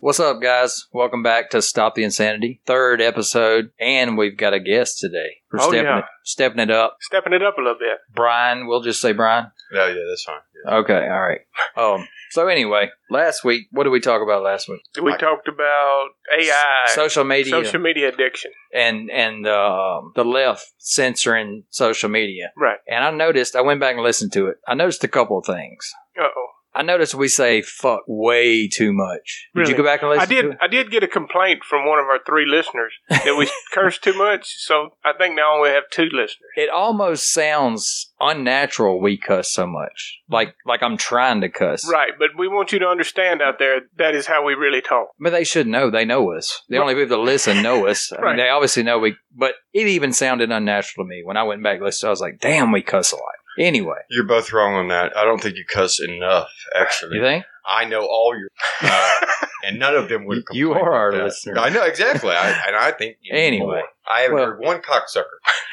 What's up, guys? Welcome back to Stop the Insanity, third episode, and we've got a guest today. We're Oh, stepping, yeah. it, stepping it up. stepping it up a little bit. Brian, we'll just say Brian. Oh yeah, that's fine. Yeah. Okay, all right. Um, so anyway, last week, what did we talk about last week? We Like- talked about AI, social media social media addiction. and and um the left censoring social media. Right. And I noticed, I went back and listened to it. I noticed a couple of things. Uh oh. I noticed we say fuck way too much. Did you Really? go back and listen I did. to it? I did get a complaint from one of our three listeners that we curse too much. So I think now we have two listeners. It almost sounds unnatural we cuss so much. Like like I'm trying to cuss. Right, but we want you to understand out there that is how we really talk. But they should know. They know us. The Right. only people that listen know us. I mean, Right. they obviously know we. But it even sounded unnatural to me when I went back and listened. I was like, "Damn, we cuss a lot." Anyway, You're both wrong on that. I don't think you cuss enough. Actually, you think? I know all your, uh, and none of them would. You complain are our about that. listener. I know exactly, I, and I think you need Anyway. more. I haven't Well- heard one cocksucker.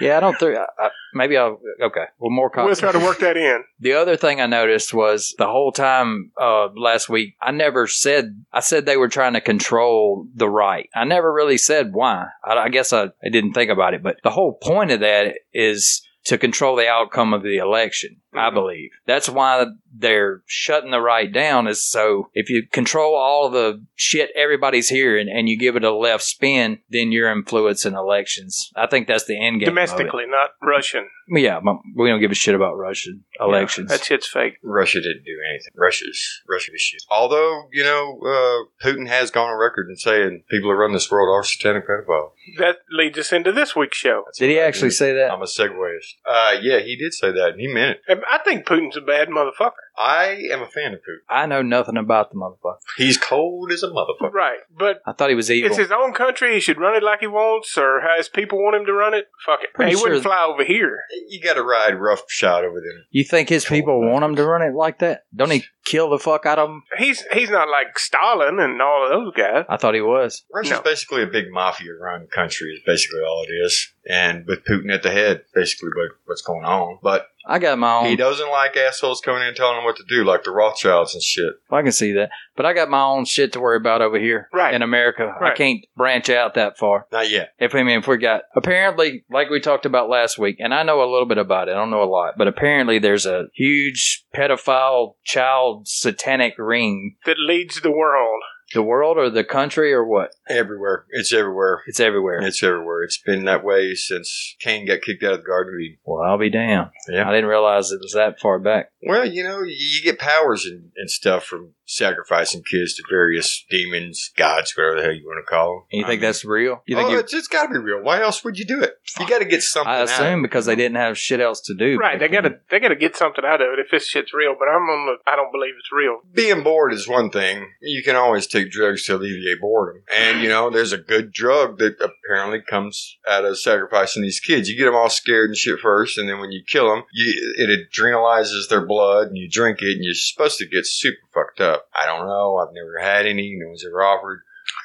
Yeah, I don't think. I, I, maybe I'll. Okay. Well, more. We'll Cox. try to work that in. The other thing I noticed was the whole time uh, last week, I never said, I said they were trying to control the right. I never really said why. I, I guess I, I didn't think about it, but the whole point of that is to control the outcome of the election, I Mhm. believe. That's why they're shutting the right down is so if you control all the shit everybody's hearing and you give it a left spin, then you're influencing elections. I think that's the end game. of it. Domestically, not Russian. Yeah, but we don't give a shit about Russian elections. That shit's fake. Russia didn't do anything. Russia's Russia's shit. Although you know, uh, Putin has gone on record and saying people who run this world are satanic pedophiles. That leads us into this week's show. That's Did he what I actually do. say that? I'm a segueist. Uh, yeah, he did say that, and he meant it. And I think Putin's a bad motherfucker. I am a fan of Putin. I know nothing about the motherfucker. He's cold as a motherfucker. Right, but I thought he was evil. It's his own country. He should run it like he wants, or how his people want him to run it. Fuck it. Pretty he sure- wouldn't fly over here. You got to ride roughshod over them. you think his people Cold. want him to run it like that? Don't he kill the fuck out of him? He's he's not like Stalin and all of those guys. I thought he was. Russia's No. basically a big mafia-run country, is basically all it is, and with Putin at the head, basically what, what's going on. But I got my he own. doesn't like assholes coming in and telling him what to do, like the Rothschilds and shit. I can see that, but I got my own shit to worry about over here Right. in America. I Right. can't branch out that far. Not yet. If I mean, if we got apparently, like we talked about last week, and I know a little bit about it. I don't know a lot, but apparently there's a huge pedophile child satanic ring. That leads the world. The world or the country or what? Everywhere, it's everywhere. It's everywhere. It's everywhere. It's been that way since Cain got kicked out of the Garden of Eden. well, I'll be damned. Yeah. I didn't realize it was that far back. Well, you know, you, you get powers and, and stuff from sacrificing kids to various demons, gods, whatever the hell you want to call them. And you think that's real? You think oh, you? it's, it's got to be real. Why else would you do it? You got to get something. I out of it. assume because they didn't have shit else to do. Right. They back then. gotta they gotta get something out of it if this shit's real. But I'm on the I don't believe it's real. being bored is one thing. You can always take drugs to alleviate boredom. And, you know, there's a good drug that apparently comes out of sacrificing these kids. You get them all scared and shit first, and then when you kill them, you, it adrenalizes their blood, and you drink it, and you're supposed to get super fucked up. I don't know. I've never had any. No one's ever offered.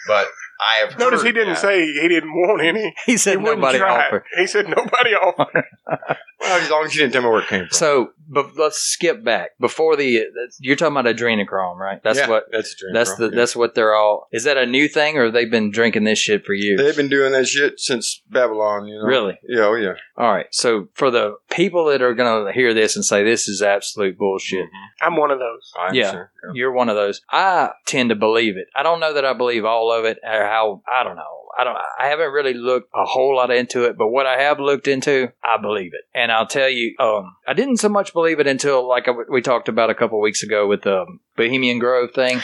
But I have Notice heard he didn't that. say he didn't want any. He He said wouldn't nobody try. offered. He said nobody offered. Well, as long as you didn't tell me where it came from. So, but let's skip back before the. You're talking about adrenochrome, right? That's Yeah, what. That's a dream. That's the. bro. Yeah. That's what they're all. Is that a new thing, or they've been drinking this shit for years? They've been doing that shit since Babylon, you know. really. Yeah, oh, yeah. All right. So for the people that are going to hear this and say this is absolute bullshit, I'm one of those. I Yeah. understand. Yeah. you're one of those. I tend to believe it. I don't know that I believe all of it or how I don't know. I don't I haven't really looked a whole lot into it, but what I have looked into, I believe it. And I'll tell you um I didn't so much believe it until like I- we talked about a couple weeks ago with the um, Bohemian Grove thing.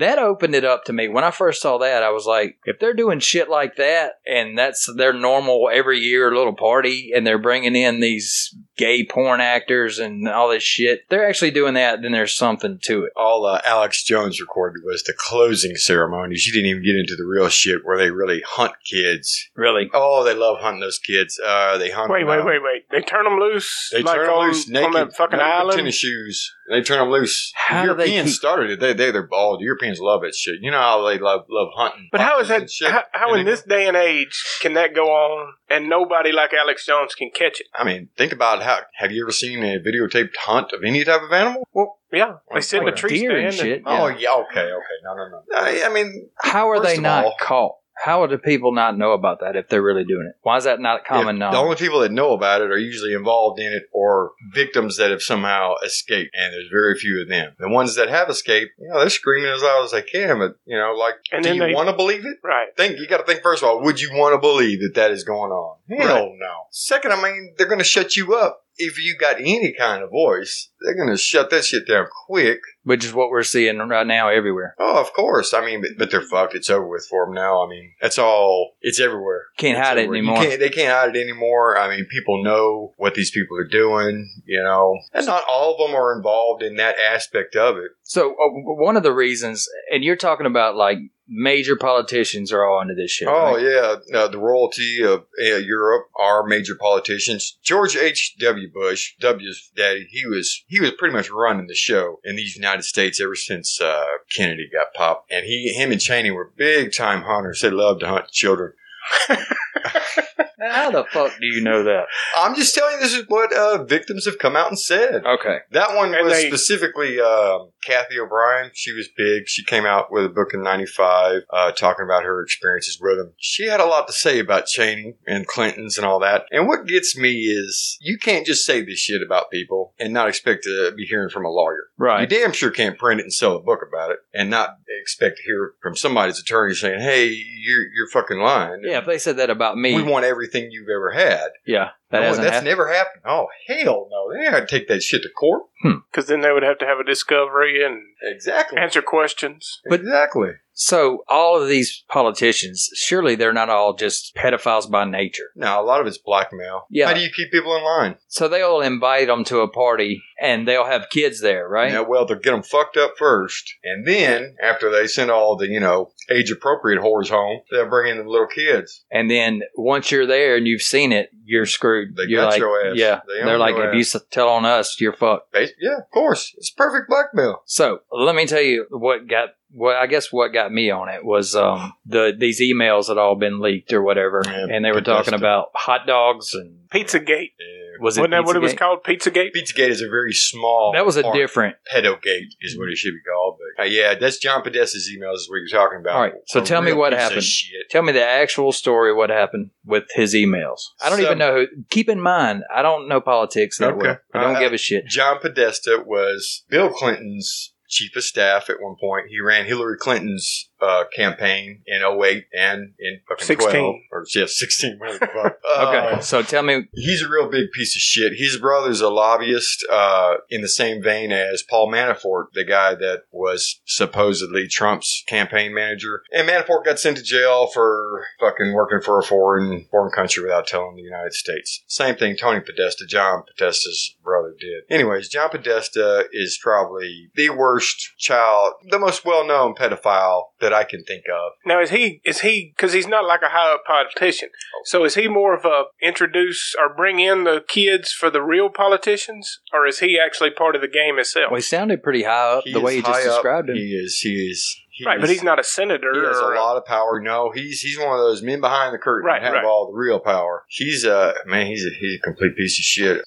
That opened it up to me. When I first saw that, I was like, if they're doing shit like that and that's their normal every year little party and they're bringing in these gay porn actors and all this shit. They're actually doing that, then there's something to it. all uh, Alex Jones recorded was the closing ceremony. She didn't even get into the real shit where they really hunt kids. Really. Oh, they love hunting those kids. Uh, they hunt. Wait, them wait, out. wait, wait. They turn them loose. They like turn on, them loose naked, on that fucking nothing but island. tennis shoes. They turn them loose. How do they Europeans keep- started it. They they they're bald. Europeans love it shit. You know how they love love hunting. But how is foxes that? and shit? How, how And in they- this day and age can that go on and nobody like Alex Jones can catch it? I mean, think about how. Have you ever seen a videotaped hunt of any type of animal? Well, yeah, they sit in the Like tree deer stand. and shit. Oh yeah. yeah, okay, okay, no, no, no. I, I mean, How are First they of not all- caught? How do people not know about that if they're really doing it? Why is that not common if- knowledge? the only people that know about it are usually involved in it or victims that have somehow escaped, and there's very few of them. The ones that have escaped, you know, they're screaming as loud as they can, but you know, like, And do then you they- want to believe it? Right. think you got to think first of all would you want to believe that that is going on hell no second i mean they're going to shut you up if you got any kind of voice they're going to shut that shit down quick Which is what we're seeing right now everywhere. oh of course i mean but, but they're fucked it's over with for them now i mean that's all it's everywhere Can't hide it everywhere. You anymore. can't- they can't hide it anymore i mean people know what these people are doing you know and not all of them are involved in that aspect of it So uh, one of the reasons, and you're talking about like major politicians are all into this shit. Oh right? yeah, uh, the royalty of uh, Europe are major politicians. George H. W. Bush, W's daddy, he was he was pretty much running the show in these United States ever since uh, Kennedy got popped, and he him and Cheney were big time hunters. They loved to hunt children. How the fuck do you know that? I'm just telling you, this is what uh, victims have come out and said. Okay. That one And was they- specifically um, Kathy O'Brien. She was big. She came out with a book in '95 uh, talking about her experiences with him. She had a lot to say about Cheney and Clinton's and all that. And what gets me is you can't just say this shit about people and not expect to be hearing from a lawyer. You Right. damn sure can't print it and sell a book about it and not expect to hear from somebody's attorney saying, "Hey, you're you're fucking lying." Yeah, if they said that about me, We want everything you've ever had. yeah, that No, hasn't that's happened. never happened. Oh hell no! They're not gonna take that shit to court. Because then they would have to have a discovery and Exactly. answer questions. But- exactly. so all of these politicians, surely they're not all just pedophiles by nature. Now a lot of it's blackmail. Yeah. How do you keep people in line? So they'll invite them to a party and they'll have kids there, right? Yeah, well, they'll get them fucked up first, and then after they send all the you know age appropriate whores home, they'll bring in the little kids. And then once you're there and you've seen it, you're screwed. They you're got like, your ass. yeah. They They own are like, your if you s- tell on us, you're fucked. Bas- Yeah, of course, it's perfect blackmail. So let me tell you what got what I guess what got me on it was um the these emails had all been leaked or whatever, Yeah, and they were talking contested. about hot dogs and Pizzagate. Yeah. was it Wasn't that what it was Pizzagate? called? Pizzagate? Pizzagate is a very small. That was a part. different. pedogate is what it should be called. But uh, yeah, that's John Podesta's emails is what you're talking about. All right, so A tell me real what piece of happened. shit. Tell me the actual story. What happened with his emails? I don't So- even know. who Keep in mind, I don't know politics that Okay. well. I don't Uh, give a shit. John Podesta was Bill Clinton's chief of staff at one point. He ran Hillary Clinton's uh, campaign in 08 and in fucking 16. 12. Or, yeah, 16. whatever the fuck. Okay, Uh, so tell me. he's a real big piece of shit. His brother's a lobbyist uh, in the same vein as Paul Manafort, the guy that was supposedly Trump's campaign manager. And Manafort got sent to jail for fucking working for a foreign foreign country without telling the United States. Same thing Tony Podesta, John Podesta's brother did. Anyways, John Podesta is probably the worst child, the most well-known pedophile that I can think of. Now is he is he because he's not like a high up politician? So is he more of a introduce or bring in the kids for the real politicians, or is he actually part of the game itself? Well, he sounded pretty high up the is way you just high up. described him. He is he is he right, but is- he's not a senator. He has or a lot of power. No, he's he's one of those men behind the curtain Right, that have right. all the real power. He's a man. He's a he's a complete piece of shit.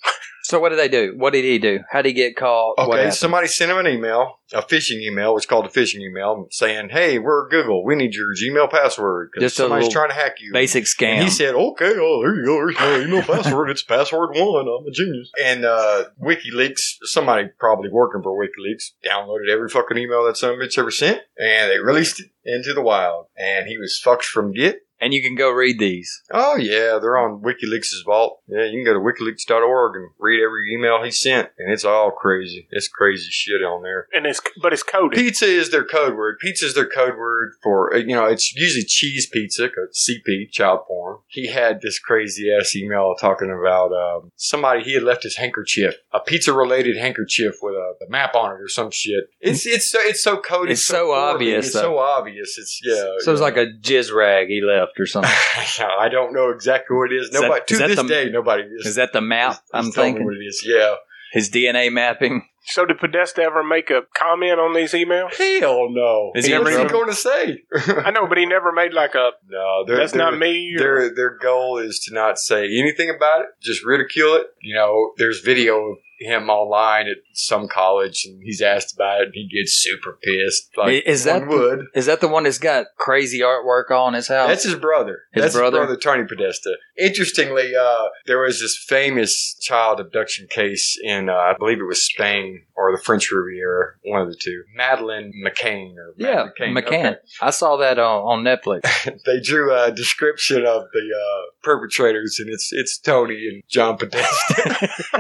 so what did they do? What did he do? How did he get caught? What Okay, happened? somebody sent him an email, a phishing email. It's called a phishing email, saying, "Hey, we're Google. We need your Gmail password because Just a somebody's little trying to hack you." Basic scam. And he said, "Okay, oh, there you go. Here's my email password. It's password one. I'm a genius." And uh, WikiLeaks, somebody probably working for WikiLeaks, downloaded every fucking email that some bitch ever sent, and they released it into the wild. And he was fucked from get. and you can go read these. Oh yeah, they're on WikiLeaks' vault. Yeah, you can go to WikiLeaks.org and read every email he sent, and it's all crazy. It's crazy shit on there. and it's but it's coded. Pizza is their code word. Pizza is their code word for uh, you know. It's usually cheese pizza, 'cause CP child porn. He had this crazy ass email talking about um, somebody he had left his handkerchief, a pizza related handkerchief with a, a map on it or some shit. It's it's so it's so coded. It's so poorly. obvious, It's though. so obvious. It's yeah. So it's yeah. like a jizz rag he left or something. I don't know exactly what it is. Is that- Nobody is to that this the- day, nobody Is that the map I'm he's telling me thinking? what it is. Yeah. His DNA mapping. So did Podesta ever make a comment on these emails? Hell no. Is he What's ever- he going to say? I know, but he never made like a no, they're, that's they're, not me. Or, Their their goal is to not say anything about it, just ridicule it. You know, there's video of him online at some college, and he's asked about it, and he gets super pissed. Like Is one that- would? Is that the one that's got crazy artwork on his house? That's his brother. Um, His That's brother? his brother, Tony Podesta. Interestingly, uh, there was this famous child abduction case in, uh, I believe it was Spain or the French Riviera, one of the two. Madeline McCain or yeah, Matt McCann. okay. I saw that on, on Netflix. They drew a description of the uh, perpetrators, and it's it's Tony and John Podesta,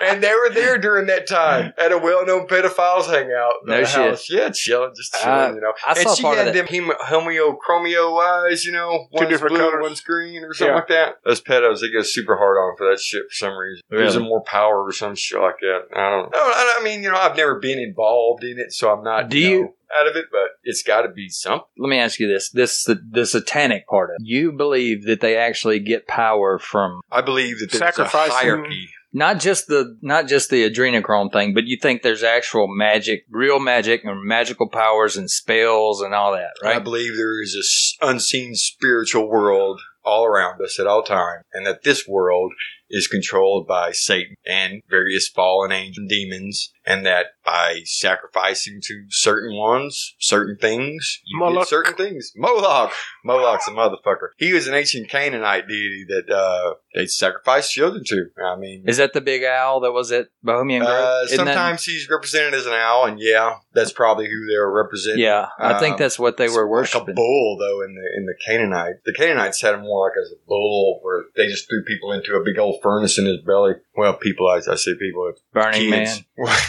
and they were there during that time at a well-known pedophiles hangout. in No the shit. house. yeah, chilling, just chilling, Uh, you know I and saw she part had of that. them hem- homochromio eyes, you know, Two one's different blue, colors. one's green, or something Yeah. like that. Those pedos, they go super hard on for that shit for some reason. Really? Gives them more power or some shit like that. I don't know. I, don't- I mean, you know, I've never been involved in it, so I'm not Do you you- know, out of it, but it's got to be something. Let me ask you this: this the, satanic part of it. You believe that they actually get power from I believe that there's Sacrificing- a hierarchy. not just the not just the adrenochrome thing, but you think there's actual magic, real magic, and magical powers and spells and all that, I right? believe there is this unseen spiritual world all around us at all time, and that this world is controlled by Satan and various fallen angel demons, and that by sacrificing to certain ones, certain things, you Moloch. get certain things. Moloch, Moloch's a motherfucker. He was an ancient Canaanite deity that uh, they sacrificed children to. I mean, Is that the big owl that was at Bohemian Grove? uh, Isn't that- sometimes he's represented as an owl, and yeah, that's probably who they were representing. yeah, I think um, that's what they It's were Like a worshiping. bull, though, in the in the Canaanite, the Canaanites had him more like as a bull, where they just threw people into a big old furnace in his belly. Well, people, I, I say people, it's Burning Man. kids,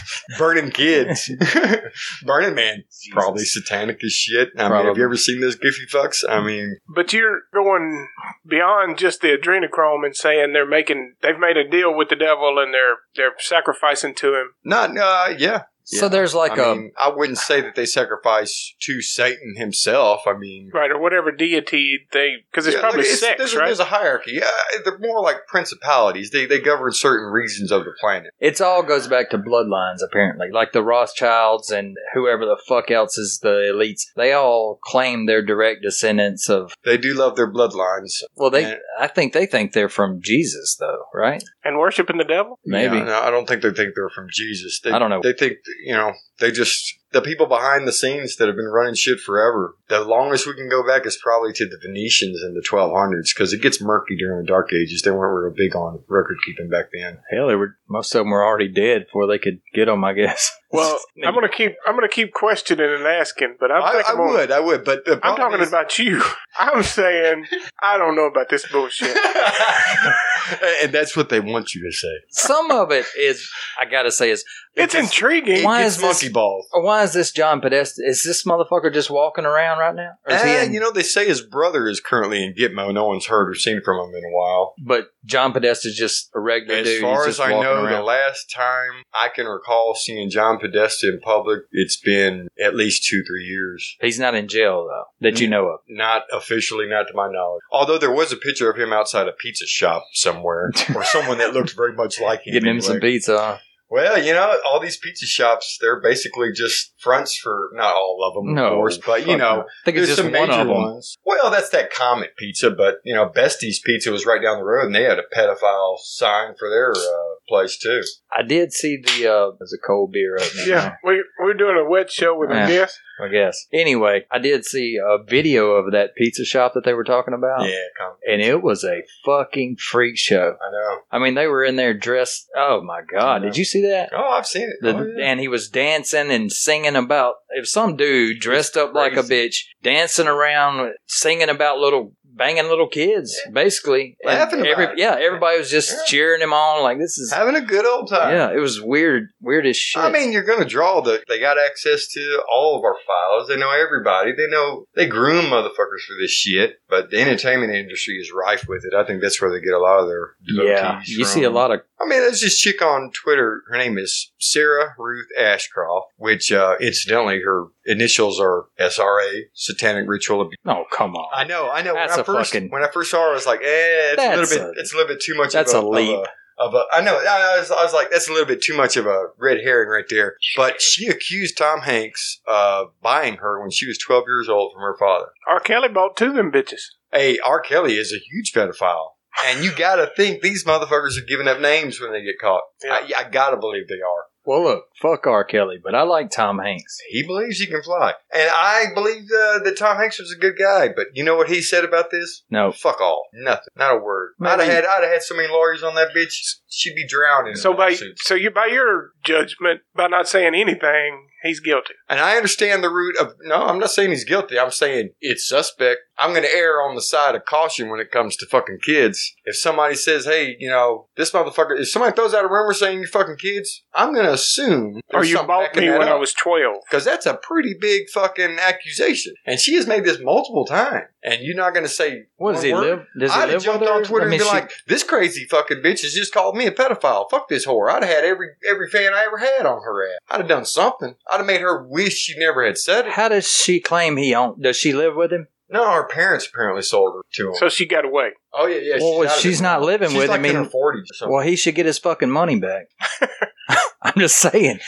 burning kids, Burning Man, probably satanic as shit. I mean, have Probably. you ever seen those goofy fucks? I mean, but you're going beyond just the adrenochrome and saying they're making they've made a deal with the devil and they're they're sacrificing to him. not, uh, yeah. So there's like um, I a mean, I wouldn't say that they sacrifice to Satan himself. I mean, Right, or whatever deity they, because it's Yeah, probably look, it's- sex, there's, a- right? There's a hierarchy. Yeah, they're more like principalities. They they govern certain regions of the planet. It's all goes back to bloodlines, apparently. Like the Rothschilds and whoever the fuck else is the elites, they all claim they're direct descendants of. They do love their bloodlines. Well, they, Yeah. I think they think they're from Jesus, though, right? and worshiping the devil? Maybe. Yeah, no, I don't think they think they're from Jesus. They, I don't know. They think you know. They just the people behind the scenes that have been running shit forever. The longest we can go back is probably to the Venetians in the 1200s because it gets murky during the Dark Ages. They weren't real big on record keeping back then. Hell, they were. Most of them were already dead before they could get them. I guess. Well, I'm gonna keep I'm gonna keep questioning and asking, but I'm I, thinking I more- would, I would, but the I'm problem talking is- about you. I'm saying I don't know about this bullshit. and that's what they want you to say. Some of it is. I gotta say is. It's intriguing. Why it is gets this- monkey balls. Why is this John Podesta? Is this motherfucker just walking around right now? Or Oh, is he Eh, in- you know, they say his brother is currently in Gitmo. No one's heard or seen from him in a while. but John Podesta's just a regular As dude. far He's as just I walking know, the around. last time I can recall seeing John Podesta in public, it's been at least two, three years. he's not in jail though, that Mm. you know of. Not officially, not to my knowledge. Although there was a picture of him outside a pizza shop somewhere, or someone that looked very much like him. Getting him some uh, anyway. pizza. Huh? Well, you know, all these pizza shops, they're basically just fronts for, not all of them, No, of course, but you Fuck know, no. I think it's just there's some one major of them. ones. Well, that's that Comet Pizza, but you know, Bestie's Pizza was right down the road, and they had a pedophile sign for their uh, place too. I did see the uh, there's a cold beer up Yeah, there. we we're doing a wet show with Yeah. a guest. I guess. Anyway, I did see a video of that pizza shop that they were talking about. Yeah, Comet. And it was a fucking freak show. I know. I mean, they were in there dressed. Oh my god! Did you see that? Oh, I've seen it. The, Oh, yeah. And he was dancing and singing about. If some dude dressed up like a bitch, dancing around, singing about little banging little kids, basically. And Laughing about it. yeah, everybody was just Yeah. cheering him on. Like this is, Having a good old time. yeah, it was weird, weird as shit. I mean, you're going to draw the. They got access to all of our files. They know everybody. They know they groom motherfuckers for this shit. But the entertainment industry is rife with it. I think that's where they get a lot of their. yeah, devotees you see a from. lot of I mean, there's this chick on Twitter. Her name is Sarah Ruth Ashcroft, which uh, incidentally, her initials are SRA, Satanic Ritual Abuse. oh come on, I know, I know. That's when I a first, fucking- when I first saw her, I was like, eh, it's a That's little bit, a- it's a little bit too much. that's of a of leap. Of a, I know. I I was, I was like, that's a little bit too much of a red herring right there. But she accused Tom Hanks of buying her when she was 12 years old from her father. R. Kelly bought two of them bitches. Hey, R. Kelly is a huge pedophile. And you gotta think these motherfuckers are giving up names when they get caught. I, I gotta believe they are. Well, look, fuck R. Kelly, but I like Tom Hanks. He believes he can fly. And I believe uh, that Tom Hanks was a good guy, but you know what he said about this? No, Fuck all. Nothing. Not a word. I'd have Maybe- had I'd have had so many lawyers on that bitch. She'd be drowning. So by lawsuits. so you by your judgment, by not saying anything, he's guilty. and I understand the root of no, I'm not saying he's guilty. I'm saying it's suspect. I'm gonna err on the side of caution when it comes to fucking kids. If somebody says, Hey, you know, this motherfucker if somebody throws out a rumor saying you're fucking kids, I'm gonna assume Or there's you something bought backing me that when I up. was twelve. Because that's a pretty big fucking accusation. And she has made this multiple times. And you're not going to say. what does one he word? live? Does he I'd have live jumped with her? on Twitter I mean, and be she- like, this crazy fucking bitch has just called me a pedophile. Fuck this whore. I'd have had every every fan I ever had on her ass. I'd have done something. I'd have made her wish she never had said it. how does she claim he owned? Does she live with him? No, her parents apparently sold her to him. So she got away. oh, yeah, yeah. well, out she's, of it now. not living She's with like him. I in mean, her 40s or something. well, he should get his fucking money back. I'm just saying,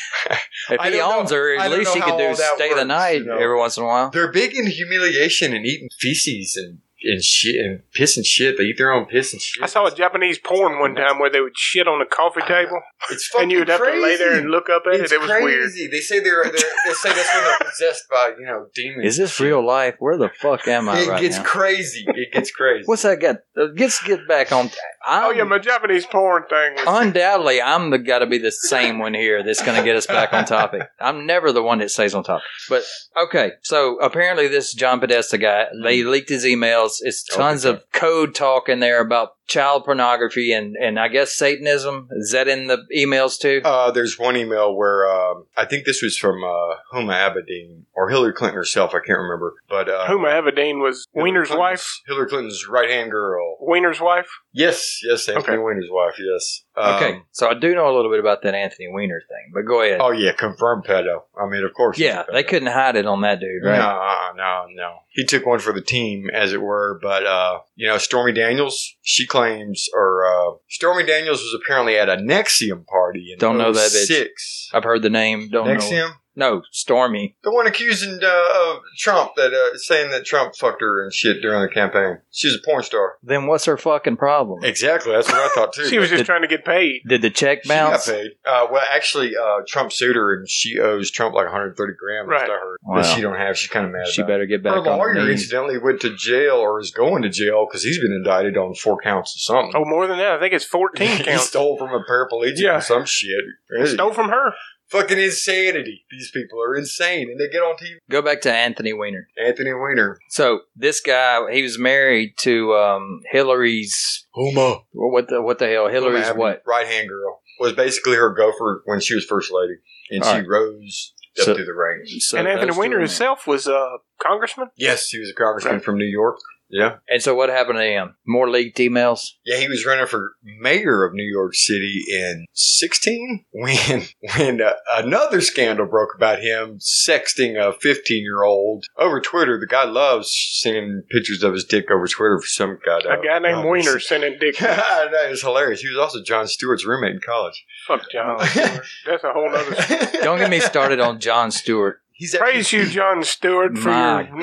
if I he don't owns know- her, I at don't least he know could how do all that stay the works, night you know. every once in a while. They're big in humiliation and eating feces and, and shit and piss and shit. They eat their own piss and shit. I saw a Japanese porn one time where they would shit on a coffee table, It's fucking and you'd have crazy. to lay there and look up at It's it. It was crazy. weird. They say they're, they're they say that's when they're possessed by you know demons. Is this real life? Where the fuck am I It right gets now? crazy. It gets crazy. What's that got? uh, Let's get back on. I'm, Oh yeah, my Japanese porn thing. Was, undoubtedly, I'm the got to be the same one here that's going to get us back on topic. I'm never the one that stays on topic. But okay, so apparently this John Podesta guy, they leaked his emails. It's Mm. Oh, tons okay. of code talk in there about child pornography and and I guess Satanism. Is that in the emails too? Uh, there's one email where um, I think this was from uh, Huma Abedin or Hillary Clinton herself. I can't remember, but uh, Huma Abedin was Hillary Wiener's Clinton's- wife. Hillary Clinton's right hand girl. Wiener's wife. Yes, yes, Anthony Okay. Weiner's wife. Yes. Um, Okay, so I do know a little bit about that Anthony Weiner thing, but go ahead. Oh yeah, confirmed pedo. I mean, of course. he's a yeah, pedo. they couldn't hide it on that dude, right? No, uh, no, no. He took one for the team, as it were. But uh, you know, Stormy Daniels, she claims, or uh, Stormy Daniels was apparently at a Nexium party. In oh Don't know that bitch. Six I've heard the name. Don't know. Nexium, No, Stormy. the one accusing uh, of Trump that uh, saying that Trump fucked her and shit during the campaign. She's a porn star. Then what's her fucking problem? Exactly, that's what I thought too. She was but just did- trying to get paid. Did the check she got bounce? paid. Uh, well, actually, uh, Trump sued her, and she owes Trump like 130 grand. Right. Right. I heard Wow. that she don't have. She's kind of mad. She about it. better get back Her on her lawyer knees. incidentally went to jail or is going to jail because he's been indicted on four counts of something. Oh, more than that. I think it's fourteen he counts. stole from a paraplegic Yeah. or some shit. Stole from her. Fucking insanity. These people are insane, and they get on TV. Go back to Anthony Weiner. Anthony Weiner. So this guy, he was married to um, Hillary's Huma. well, what the what the hell? Hillary's what? Right hand girl was basically her gopher when she was first lady, and All she right. rose up So- through the ranks. So and Anthony those two Weiner are married. himself was a congressman. Yes, she was a congressman Right. from New York. Yeah. And so what happened to him? More leaked emails. Yeah, he was running for mayor of New York City in 16 when when uh, another scandal broke about him sexting a 15-year-old over Twitter. The guy loves sending pictures of his dick over Twitter for some god. a guy named Wiener sending dick. God, that is hilarious. He was also John Stewart's roommate in college. Fuck John. Stewart. That's a whole other. Don't get me started on John Stewart. He's actually, Praise you, John Stewart, for My- your 9/11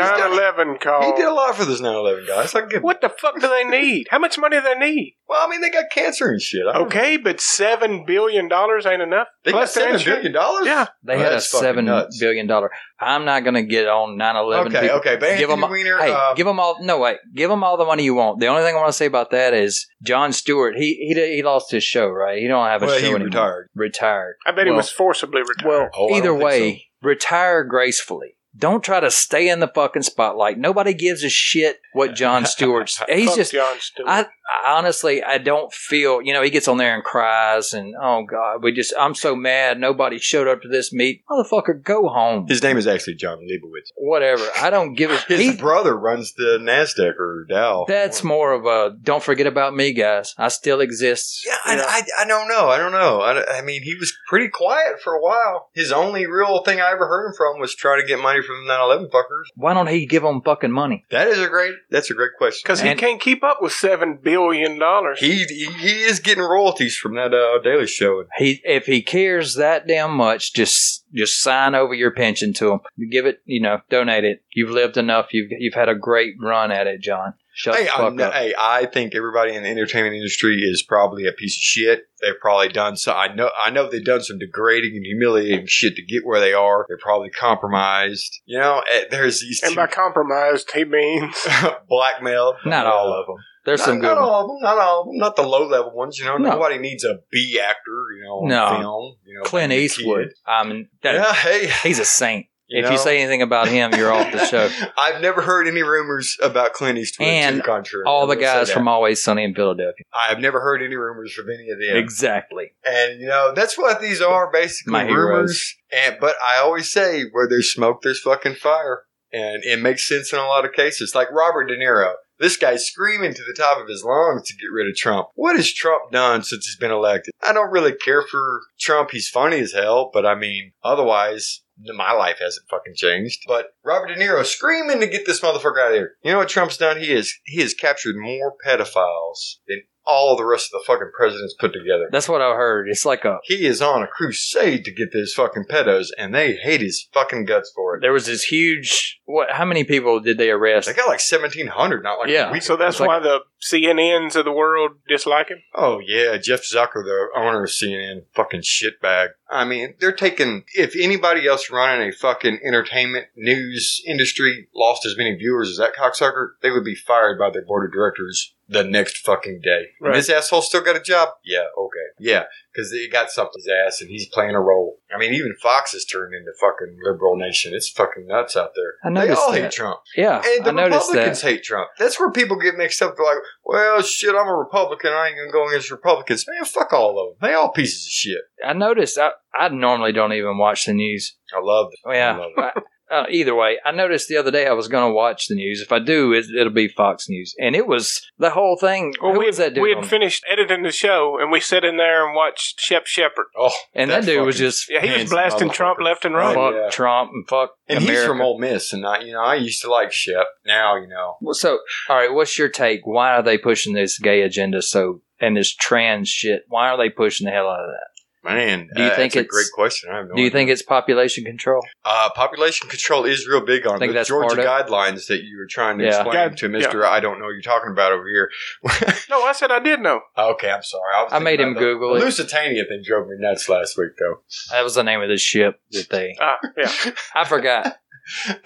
he call. did a lot for those 9/11 guys. I can get Oh. What the fuck do they need? How much money do they need? Well, I mean, they got cancer and shit. I don't- Okay, but seven billion dollars ain't enough. They got Plus their seven insurance. billion dollars. Yeah, They Well, had a that's fucking seven nuts. billion dollar. I'm not going to get on 9/11. Okay, people. okay, but Give Anthony 'em a- Weiner, Hey, uh, give them all. No, wait. Give them all the money you want. The only thing I want to say about that is John Stewart. He he did- he lost his show, right? He don't have a well, show he anymore. retired. Retired. I bet Well- he was forcibly retired. Well, Oh, I don't either think way, retire gracefully. Don't try to stay in the fucking spotlight. Nobody gives a shit what John Stewart's. He's Fuck just John Stewart. I, I honestly, I don't feel. You know, he gets on there and cries, and oh god, we just. I'm so mad. Nobody showed up to this meet. Motherfucker, go home. His name is actually John Leibowitz. Whatever. I don't give a. His he- brother runs the Nasdaq or Dow. that's more of a. Don't forget about me, guys. I still exist. Yeah, I, Yeah. I, I don't know. I don't know. I, I mean, he was pretty quiet for a while. His only real thing I ever heard him from was trying to get money from the 9/11 fuckers. Why don't he give them fucking money? That is a great. That's a great question. Because he And- can't keep up with seven billion dollars. He he, he is getting royalties from that uh, Daily Show. He, if he cares that damn much, just just sign over your pension to him. You give it, you know, donate it. You've lived enough. You've you've had a great run at it, John. Shut Hey, the I'm fuck not- up. hey, I think everybody in the entertainment industry is probably a piece of shit. They've probably done so. I know. I know they've done some degrading and humiliating shit to get where they are. They're probably compromised. You know, eh, there's these and two by compromised, he means blackmail. Not all of them. There's some good not, not ones. all of them, not all of them, not the low level ones. You know, No. nobody needs a B actor. You know, on No. film. You know, Clint like a Eastwood. kid. I mean, that, Yeah, hey. he's a saint. if you know? say anything about him, you're off the show. I've never heard any rumors about Clint Eastwood. to And the contrary, All I the will say guys that. from Always Sunny in Philadelphia. I've never heard any rumors from any of them. Exactly. And you know, that's what these are basically My rumors. And but I always say where there's smoke, there's fucking fire. And it makes sense in a lot of cases. Like Robert De Niro. This guy's screaming to the top of his lungs to get rid of Trump. What has Trump done since he's been elected? I don't really care for Trump. He's funny as hell, but I mean, otherwise, my life hasn't fucking changed. But Robert De Niro screaming to get this motherfucker out of here. You know what Trump's done? He is he has captured more pedophiles than all the rest of the fucking presidents put together. That's what I heard. It's like a. He is on a crusade to get those fucking pedos, and they hate his fucking guts for it. There was this huge. What? How many people did they arrest? They got like seventeen hundred, not like Yeah. a week. so that's It's like- why the CNNs of the world dislike him. Oh yeah, Jeff Zucker, the owner of CNN, fucking shitbag. I mean, they're taking. If anybody else running a fucking entertainment news industry lost as many viewers as that cocksucker, they would be fired by their board of directors the next fucking day. And Right. This asshole still got a job. Yeah, okay, yeah, because he got something in his ass, and he's playing a role. I mean, even Fox has turned into fucking liberal nation. It's fucking nuts out there. I They noticed all hate that. Trump. yeah, And the I noticed Republicans that. hate Trump. That's where people get mixed up. They're like, well, shit, I'm a Republican. I ain't going to go against Republicans. Man, fuck all of them. They all pieces of shit. I noticed. I, I normally don't even watch the news. I love them. Well, yeah. I love I- uh, either way, I noticed the other day I was going to watch the news. If I do, it, it'll be Fox News, and it was the whole thing. Well, who we, was that dude? we had on- finished editing the show, and we sat in there and watched Shep Shepherd. Oh, and that, that dude was fucking- just Yeah, he Hands was blasting motherfucker. Trump left and right. Right, fuck yeah. Trump and fuck and America. he's from Ole Miss, and I, you know, I used to like Shep. Now, you know, Well, So, all right, what's your take? Why are they pushing this gay agenda so and this trans shit? Why are they pushing the hell out of that? man, Do you uh, think that's a it's- great question? I have no Do you idea. think it's population control? uh, population control is real big on Think the that's Georgia part guidelines that you were trying to Yeah. explain God- to Mister? I don't know what you're talking about over here. Uh, No, I said I did know. okay, I'm sorry. I, was I made thinking him about the- Google the it. Lusitania thing drove me nuts last week, though. That was the name of this ship that they. Ah, yeah. I forgot.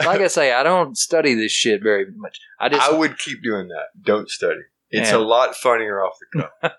Like I say, I don't study this shit very much. I just. I would keep doing that. Don't study. It's Yeah. a lot funnier off the cuff.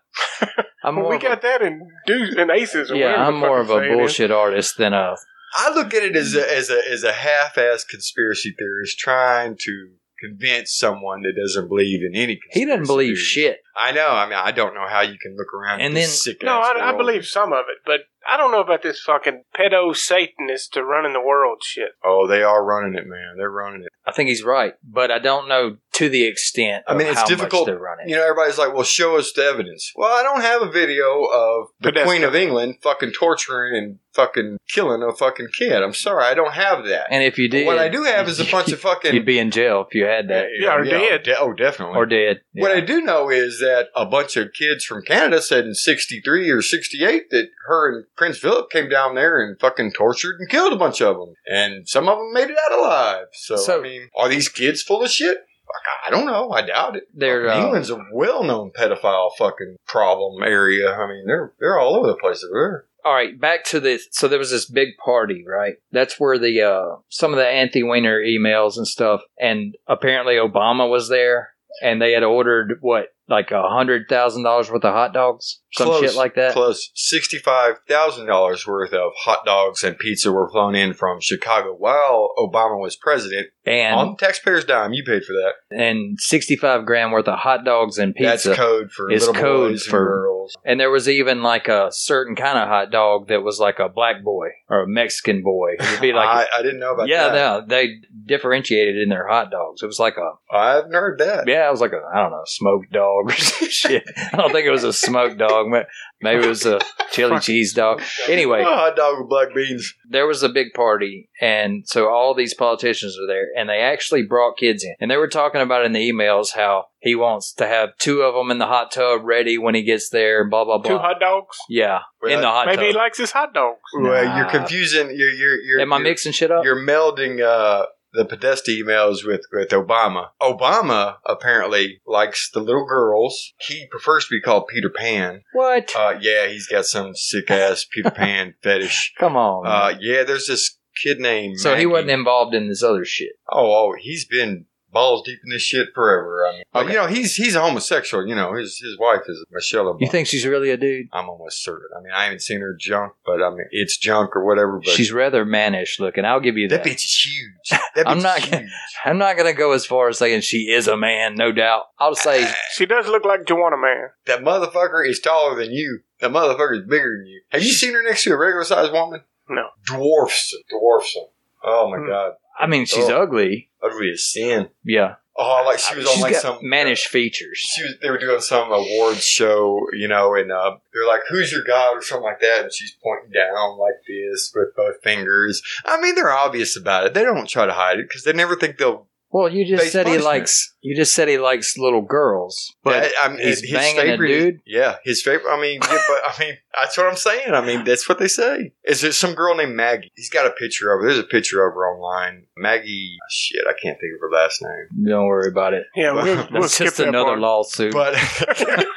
I'm Well, more we of a- got that in dudes and aces. or yeah, whatever I'm the more of fuck a they say it is. bullshit artist than a. I look at it as a, as a as a half ass conspiracy theorist trying to convince someone that doesn't believe in any. Conspiracy He doesn't believe theories. shit. I know. I mean, I don't know how you can look around And and then then- sick. No, I, I believe some of it, but I don't know about this fucking pedo Satanist to running the world shit. Oh, they are running it, man. They're running it. I think he's right, but I don't know to the extent. I mean, of it's how difficult- Much they're running. You know, everybody's like, "Well, show us the evidence." Well, I don't have a video of the Podesta. Queen of England fucking torturing and fucking killing a fucking kid. I'm sorry, I don't have that. and if you But did, what I do have is a bunch of fucking you'd be in jail if you had that Yeah, or dead. de- oh, definitely. or dead. What Yeah. I do know is that a bunch of kids from Canada said in 63 or 68 that her and Prince Philip came down there and fucking tortured and killed a bunch of them. And some of them made it out alive. So, So- I mean, are these kids full of shit? Fuck, I don't know. I doubt it. They're, Fucking uh, England's a well-known pedophile fucking problem area. I mean, they're they're all over the place over there. all right, back to this. So there was this big party, right? That's where the uh, some of the Anthony Weiner emails and stuff, and apparently Obama was there, and they had ordered what like a hundred thousand dollars worth of hot dogs, some Close, shit like that. Plus sixty-five thousand dollars worth of hot dogs and pizza were flown in from Chicago while Obama was president. on And the taxpayer's dime, you paid for that. and sixty five grand worth of hot dogs and pizza. That's code for It's little code boys for- and girls. and there was even like a certain kind of hot dog that was like a black boy or a Mexican boy. It would be like I, I didn't know about yeah, that. no, they differentiated in their hot dogs. It was like a I haven't heard that. yeah, it was like a I don't know smoked dog or some shit. I don't think it was a smoked dog, but maybe it was a chili cheese dog. Anyway, A hot dog with black beans. there was a big party, and so all these politicians were there, and they actually brought kids in, and they were talking about in the emails how he wants to have two of them in the hot tub ready when he gets there, blah blah blah. Two hot dogs. yeah, Well, uh, in the hot Maybe he tub. likes his hot dogs. well, Nah. you're confusing. You're you're you're. Am I you're- mixing shit up? You're melding uh, the Podesta emails with, with Obama. Obama apparently likes the little girls. He prefers to be called Peter Pan. What? Uh, yeah, he's got some sick ass Peter Pan fetish. Come on. Uh, yeah, there's this kid named. so he Maggie. wasn't involved in this other shit. Oh, oh, he's been balls deep in this shit forever. I mean, but, Okay. Oh, you know, he's he's a homosexual. You know, his his wife is Michelle Obama. You think she's really a dude? I'm almost certain. I mean, I haven't seen her junk, but I mean, it's junk or whatever. But She's rather mannish looking. I'll give you that that. bitch is huge. That bitch I'm not is gonna- huge. I'm not gonna go as far as saying she is a man, no doubt. I'll say She does look like Joanna Man. That motherfucker is taller than you. That motherfucker is bigger than you. Have you seen her next to a regular sized woman? No. Dwarfs. Dwarfs them. Oh my Hmm. god. I mean she's Oh. ugly. Ugly as sin. Yeah. Oh, like she was Uh, She's on like got some mannish features. She was, they were doing some awards show, you know, and uh, they're like, "Who's your god?" or something like that, and she's pointing down like this with both fingers. I mean, they're obvious about it. They don't try to hide it because they never think they'll. Well, you just Face said he punishment. likes you just said he likes little girls. But I, I mean, he's banging a dude? Yeah, his favorite. I mean, yeah, but I mean, that's what I'm saying. I mean, that's what they say. Is there some girl named Maggie? He's got a picture of her. There's a picture of her online. Maggie. Shit, I can't think of her last name. don't worry about it. Yeah, we'll, That's we'll That's skip just that another part. lawsuit. But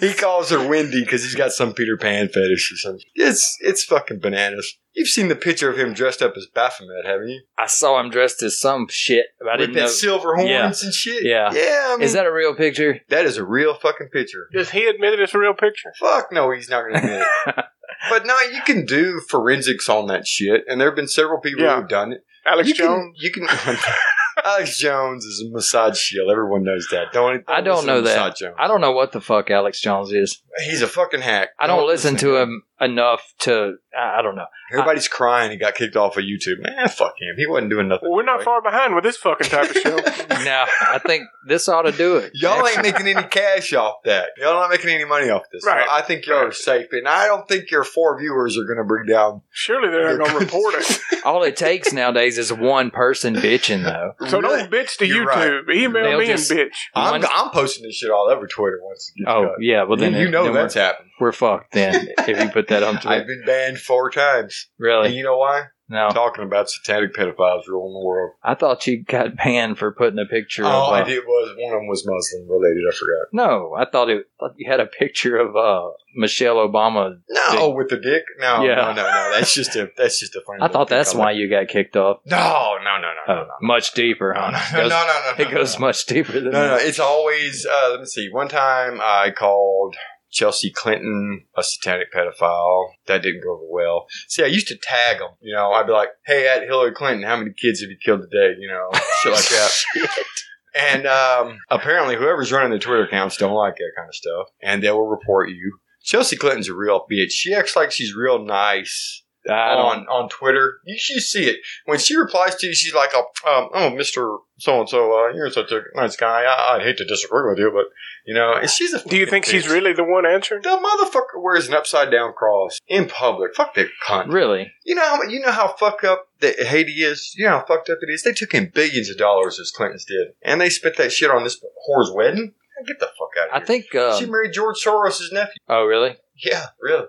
he calls her Wendy because he's got some Peter Pan fetish or something. It's it's fucking bananas. You've seen the picture of him dressed up as Baphomet, haven't you? I saw him dressed as some shit, but I With didn't that know. silver horns Yeah. and shit. Yeah. yeah. I mean, Is that a real picture? that is a real fucking picture. Does he admit it's a real picture? Fuck no, he's not going to admit it. but no, you can do forensics on that shit, and there have been several people Yeah. who've done it. Alex you Jones? Can, you can. Alex Jones is a massage shield. Everyone knows that. Don't. I don't listen know to that. Massage Jones. I don't know what the fuck Alex Jones is. He's a fucking hack. I don't, listen to him enough to. I I don't know. Everybody's crying. He got kicked off of YouTube. Man, fuck him. He wasn't doing nothing. Well, we're not anyway. far behind with this fucking type of show. Now I think this ought to do it. Y'all ain't making any cash off that. Y'all not making any money off this. Right. I think y'all are safe, and I don't think your four viewers are going to bring down. Surely they're not gonna report it. All it takes nowadays is one person bitching, though. So Really? don't bitch to You're YouTube. Email They'll me just- and bitch. I'm, one- I'm posting this shit all over Twitter once it gets Oh done. yeah, well then you, you know then that's happened. we're, we're fucked then if you put that on I've Twitter. been banned four times. And Really? Oh. you know why? No, Talking about satanic pedophiles ruling the world. I thought you got banned for putting a picture. All of, Oh, I uh, did was one of them was Muslim related. I forgot. No, I thought it. Thought you had a picture of uh, Michelle Obama. No, Dick. oh, with the dick? No, Yeah. no, no, no. That's just a that's just a funny. I little thought thing that's on why that. you got kicked off. No, no, no, no, no, Oh, much deeper, no, huh? no, It no, no, goes- no, no. It goes much deeper than No, no. that. It's always. Uh, let me see. One time I called. Chelsea Clinton, a satanic pedophile. That didn't go over well. See, I used to tag them. You know, I'd be like, "Hey, at Hillary Clinton, how many kids have you killed today?" You know, shit like that. And um, apparently, whoever's running the Twitter accounts don't like that kind of stuff, and they will report you. Chelsea Clinton's a real bitch. She acts like she's real nice I don't. on, on Twitter. You should see it. When she replies to you, she's like, oh, um, oh Mr. So and so, uh, you're such a nice guy. I, I'd hate to disagree with you, but, you know, and she's a. Do you think she's really the one answering? The motherfucker wears an upside down cross in public. Fuck that cunt. Really? You know, how- you know how fucked up that Haiti is. You know how fucked up it is. They took in billions of dollars as Clinton's did, and they spent that shit on this whore's wedding. Get the fuck out of I here! think. Uh, she married George Soros' nephew. oh, really? Yeah, really.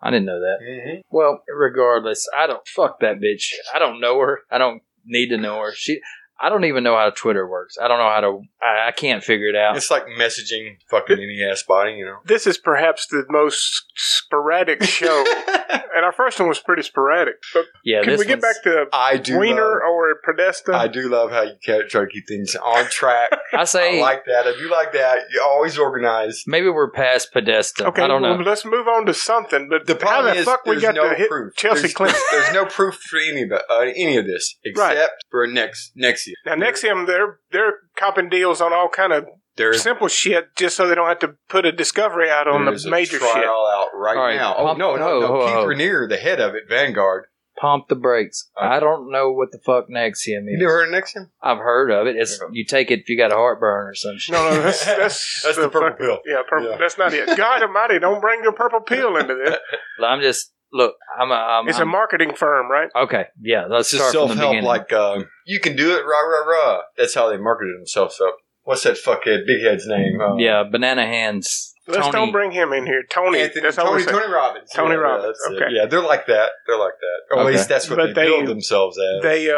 I didn't know that. Yeah. Mm-hmm. Well, regardless, I don't fuck that bitch. I don't know her. I don't need to know her. She. I don't even know how Twitter works. I don't know how to. I, I can't figure it out. It's like messaging fucking any ass body, you know. This is perhaps the most sporadic show, and our first one was pretty sporadic. But yeah, can this we get one's- back to I do. Wiener or Podesta? Love, I do love how you ca- try to keep things on track. I say I like that. I do like that. You're always organized. maybe we're past Podesta. okay, I don't know. well, let's move on to something. But The how problem the is fuck we there's got no to hit proof. Chelsea there's, Clinton? There's no proof for any of, uh, any of this Right. except for next next year. Now, Nexium, they're they're copping deals on all kind of There's simple shit just so they don't have to put a discovery out on there's the major a trial shit. out right, All right, now. Oh pump- no, no, ho, no! ho, Keith ho. Raniere, the head of it, Vanguard. Pump the brakes. Okay. I don't know what the fuck Nexium You is. never heard of Nexium? I've heard of it. It's you take it if you got a heartburn or some shit. No, no, that's that's, That's the purple fuck- pill. Yeah, purple. Yeah. That's not it. God Almighty, don't bring the purple pill into this. I'm just look. I'm a. I'm, It's a I'm- marketing firm, right? okay. Yeah, let's It's just start from the self help. beginning. Like uh, you can do it, rah rah rah. That's how they marketed themselves up. What's that fuckhead big head's name? Uh, yeah, banana hands. Let's Tony, don't bring him in here, Tony. Anthony, that's Tony, always Tony Robbins. Tony yeah, Robbins, that's it. okay. Yeah, they're like that. They're like that. Or Okay. at least that's what But they, they- build themselves as. they uh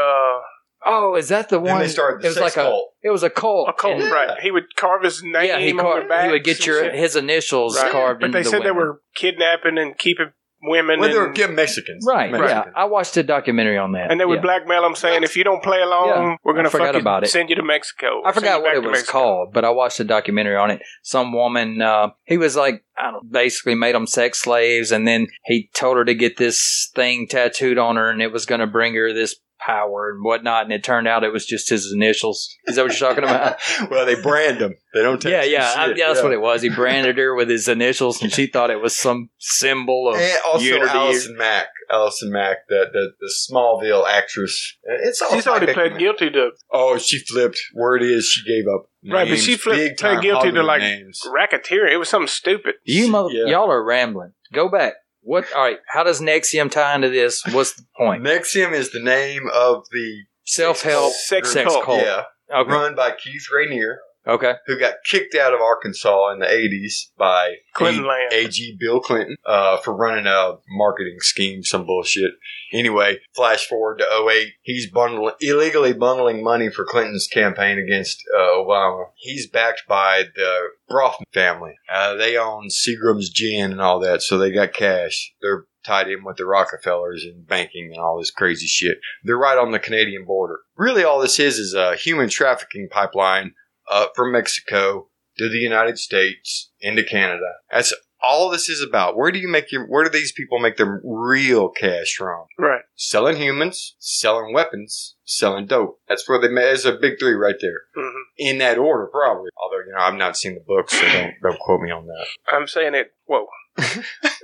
oh, is that the then one? they started the it was sex like a. cult. It was a cult. a cult, and- Yeah. right? He would carve his name yeah, he, on car- the back. he would get your his initials Right. carved But into they the said they women. were kidnapping and keeping women, Well, they were and, get Mexicans. right. Yeah, Mexicans. I watched a documentary on that. and they would Yeah. blackmail him, saying, "If you don't play along, Yeah. we're I gonna forgot fucking about it. send you to Mexico." I send forgot you what back it to was Mexico." called, but I watched a documentary on it. Some woman, uh, he was like, I don't, basically made them sex slaves, and then he told her to get this thing tattooed on her, and it was going to bring her this power and whatnot. And it turned out it was just his initials. Is that what you're talking about? well, they brand them. They don't. Take yeah, yeah, I- shit. yeah. That's what it was. He branded her with his initials, and she thought it was some symbol of And also unity. Allison Mack. Allison Mack, that the, the Smallville actress. It's all She's already like a- pled guilty to Oh, she flipped. Word is she gave up. Right, but she flipped- big pled time guilty to, Hollywood like- names. racketeering. It was something stupid. You mother, Yeah. y'all are rambling. Go back. What? All right. How does Nexium tie into this? What's the point? Nexium is the name of the Self help. Sex sex cult. cult. Cold. yeah Okay. run by Keith Rainier, Okay. who got kicked out of Arkansas in the '80s by Clinton A- Land. AG Bill Clinton uh, for running a marketing scheme, some bullshit. Anyway, flash forward to 08. He's bundling, illegally bundling money for Clinton's campaign against uh, Obama. He's backed by the Brofman family. Uh, they own Seagram's Gin and all that, so they got cash. They're tied in with the Rockefellers and banking and all this crazy shit. They're right on the Canadian border. Really, all this is is a human trafficking pipeline uh, from Mexico to the United States into Canada. That's all this is about. Where do you make your? Where do these people make their real cash from? Right. Selling humans, selling weapons, selling dope. That's where they. ma- It's a big three right there. hmm In that order, probably. Although you know, I've not seen the book, so don't don't quote me on that. I'm saying it. Whoa.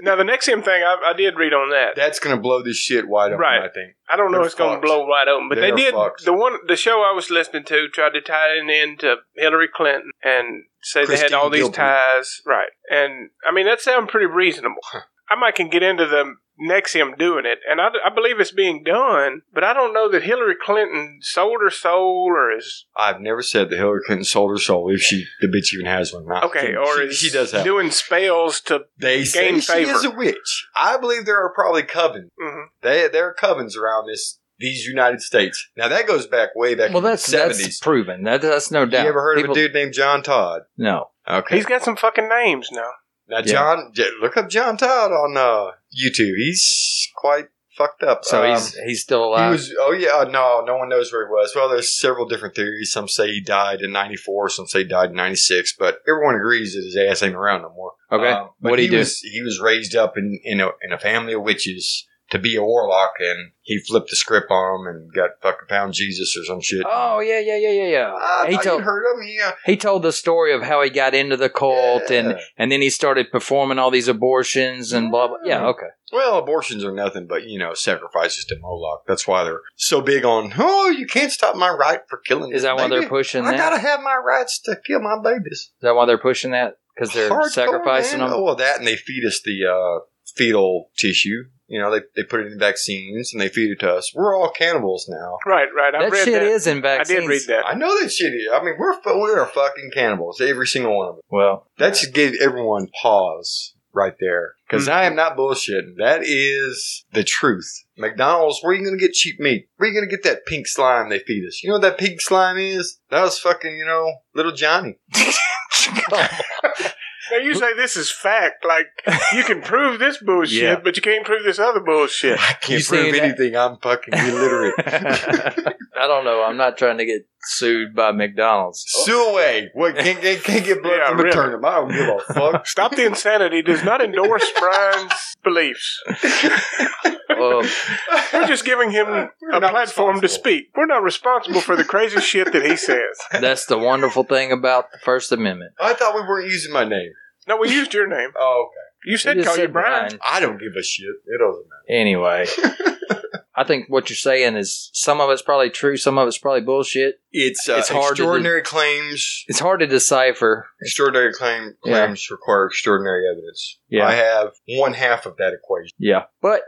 now the Nexium thing, I, I did read on that. That's gonna blow this shit wide open. Right. I think. I don't know They're if it's going fucks. to blow right open, but they They're did fucks. the one the show I was listening to tried to tie it in to Hillary Clinton and say they had Christine all these Gilpin. ties, right? And I mean that sounds pretty reasonable. I might can get into the Nexium doing it, and I, I believe it's being done, but I don't know that Hillary Clinton sold her soul or is I've never said that Hillary Clinton sold her soul if she the bitch even has one. Not- okay or she, is she does have. doing spells to. they say gain she favor. is a witch. I believe there are probably coven mhm. They, there are covens around this these United States. Now that goes back way back Well, in that's the that's seventies. proven. That, that's no You doubt. ever heard People- of a dude named John Todd? No. Okay. He's got some fucking names now. now Yeah. John, j- look up John Todd on uh, YouTube. He's quite fucked up. So Um, he's he's still he alive. was. Oh yeah, uh, no, no one knows where he was. Well, there's several different theories. Some say he died in '94. Some say he died in '96. But everyone agrees that his ass ain't around no more. okay. Um, but What'd he do? Was, he was raised up in in a, in a family of witches to be a warlock, and he flipped the script on him and got fucking found Jesus or some shit. oh yeah, yeah, yeah, yeah, yeah. I he thought told you'd heard him. uh, Yeah, he told the story of how he got into the cult and Yeah. and then he started performing all these abortions and blah blah. Yeah. Yeah. Okay. well, abortions are nothing but you know sacrifices to Moloch. That's why they're so big on. Oh, you can't stop my right for killing. Is that why they're pushing I that? gotta have my rights to kill my babies. Is that why they're pushing that? Because they're Hardcore, sacrificing man. them. Oh, well, that and they feed us the uh, fetal tissue. You know, they, they put it in vaccines and they feed it to us. We're all cannibals now. Right, right. I that read shit that. is in I vaccines. did read that. I know that shit is. I mean, we're fu- we are fucking cannibals, every single one of them. Well, That should give everyone pause right there. Because I am not bullshitting. That is the truth. McDonald's, where are you going to get cheap meat? Where are you going to get that pink slime they feed us? You know what that pink slime is? That was fucking, you know, little Johnny. Now you say this is fact. Like you can prove this bullshit, Yeah. but you can't prove this other bullshit. I can't You prove saying that- anything. I'm fucking illiterate. I don't know. I'm not trying to get sued by McDonald's. Sue away. What can't, can't, can't get blood Yeah, from really. maternum. I don't give a fuck. Stop the insanity does not endorse Brian's beliefs. Um, We're just giving him We're a not platform to responsible. speak. We're not responsible for the crazy shit that he says. that's the wonderful thing about the First Amendment. I thought we weren't using my name. No, we used your name. Oh, okay. You It said is call you said Brian. I don't give a shit. It doesn't matter. Anyway, I think what you're saying is some of it's probably true, some of it's probably bullshit. It's, uh, It's hard to do- extraordinary claims It's hard to decipher. Extraordinary claim, Yeah. claims require extraordinary evidence. Yeah. I have one half of that equation. Yeah, but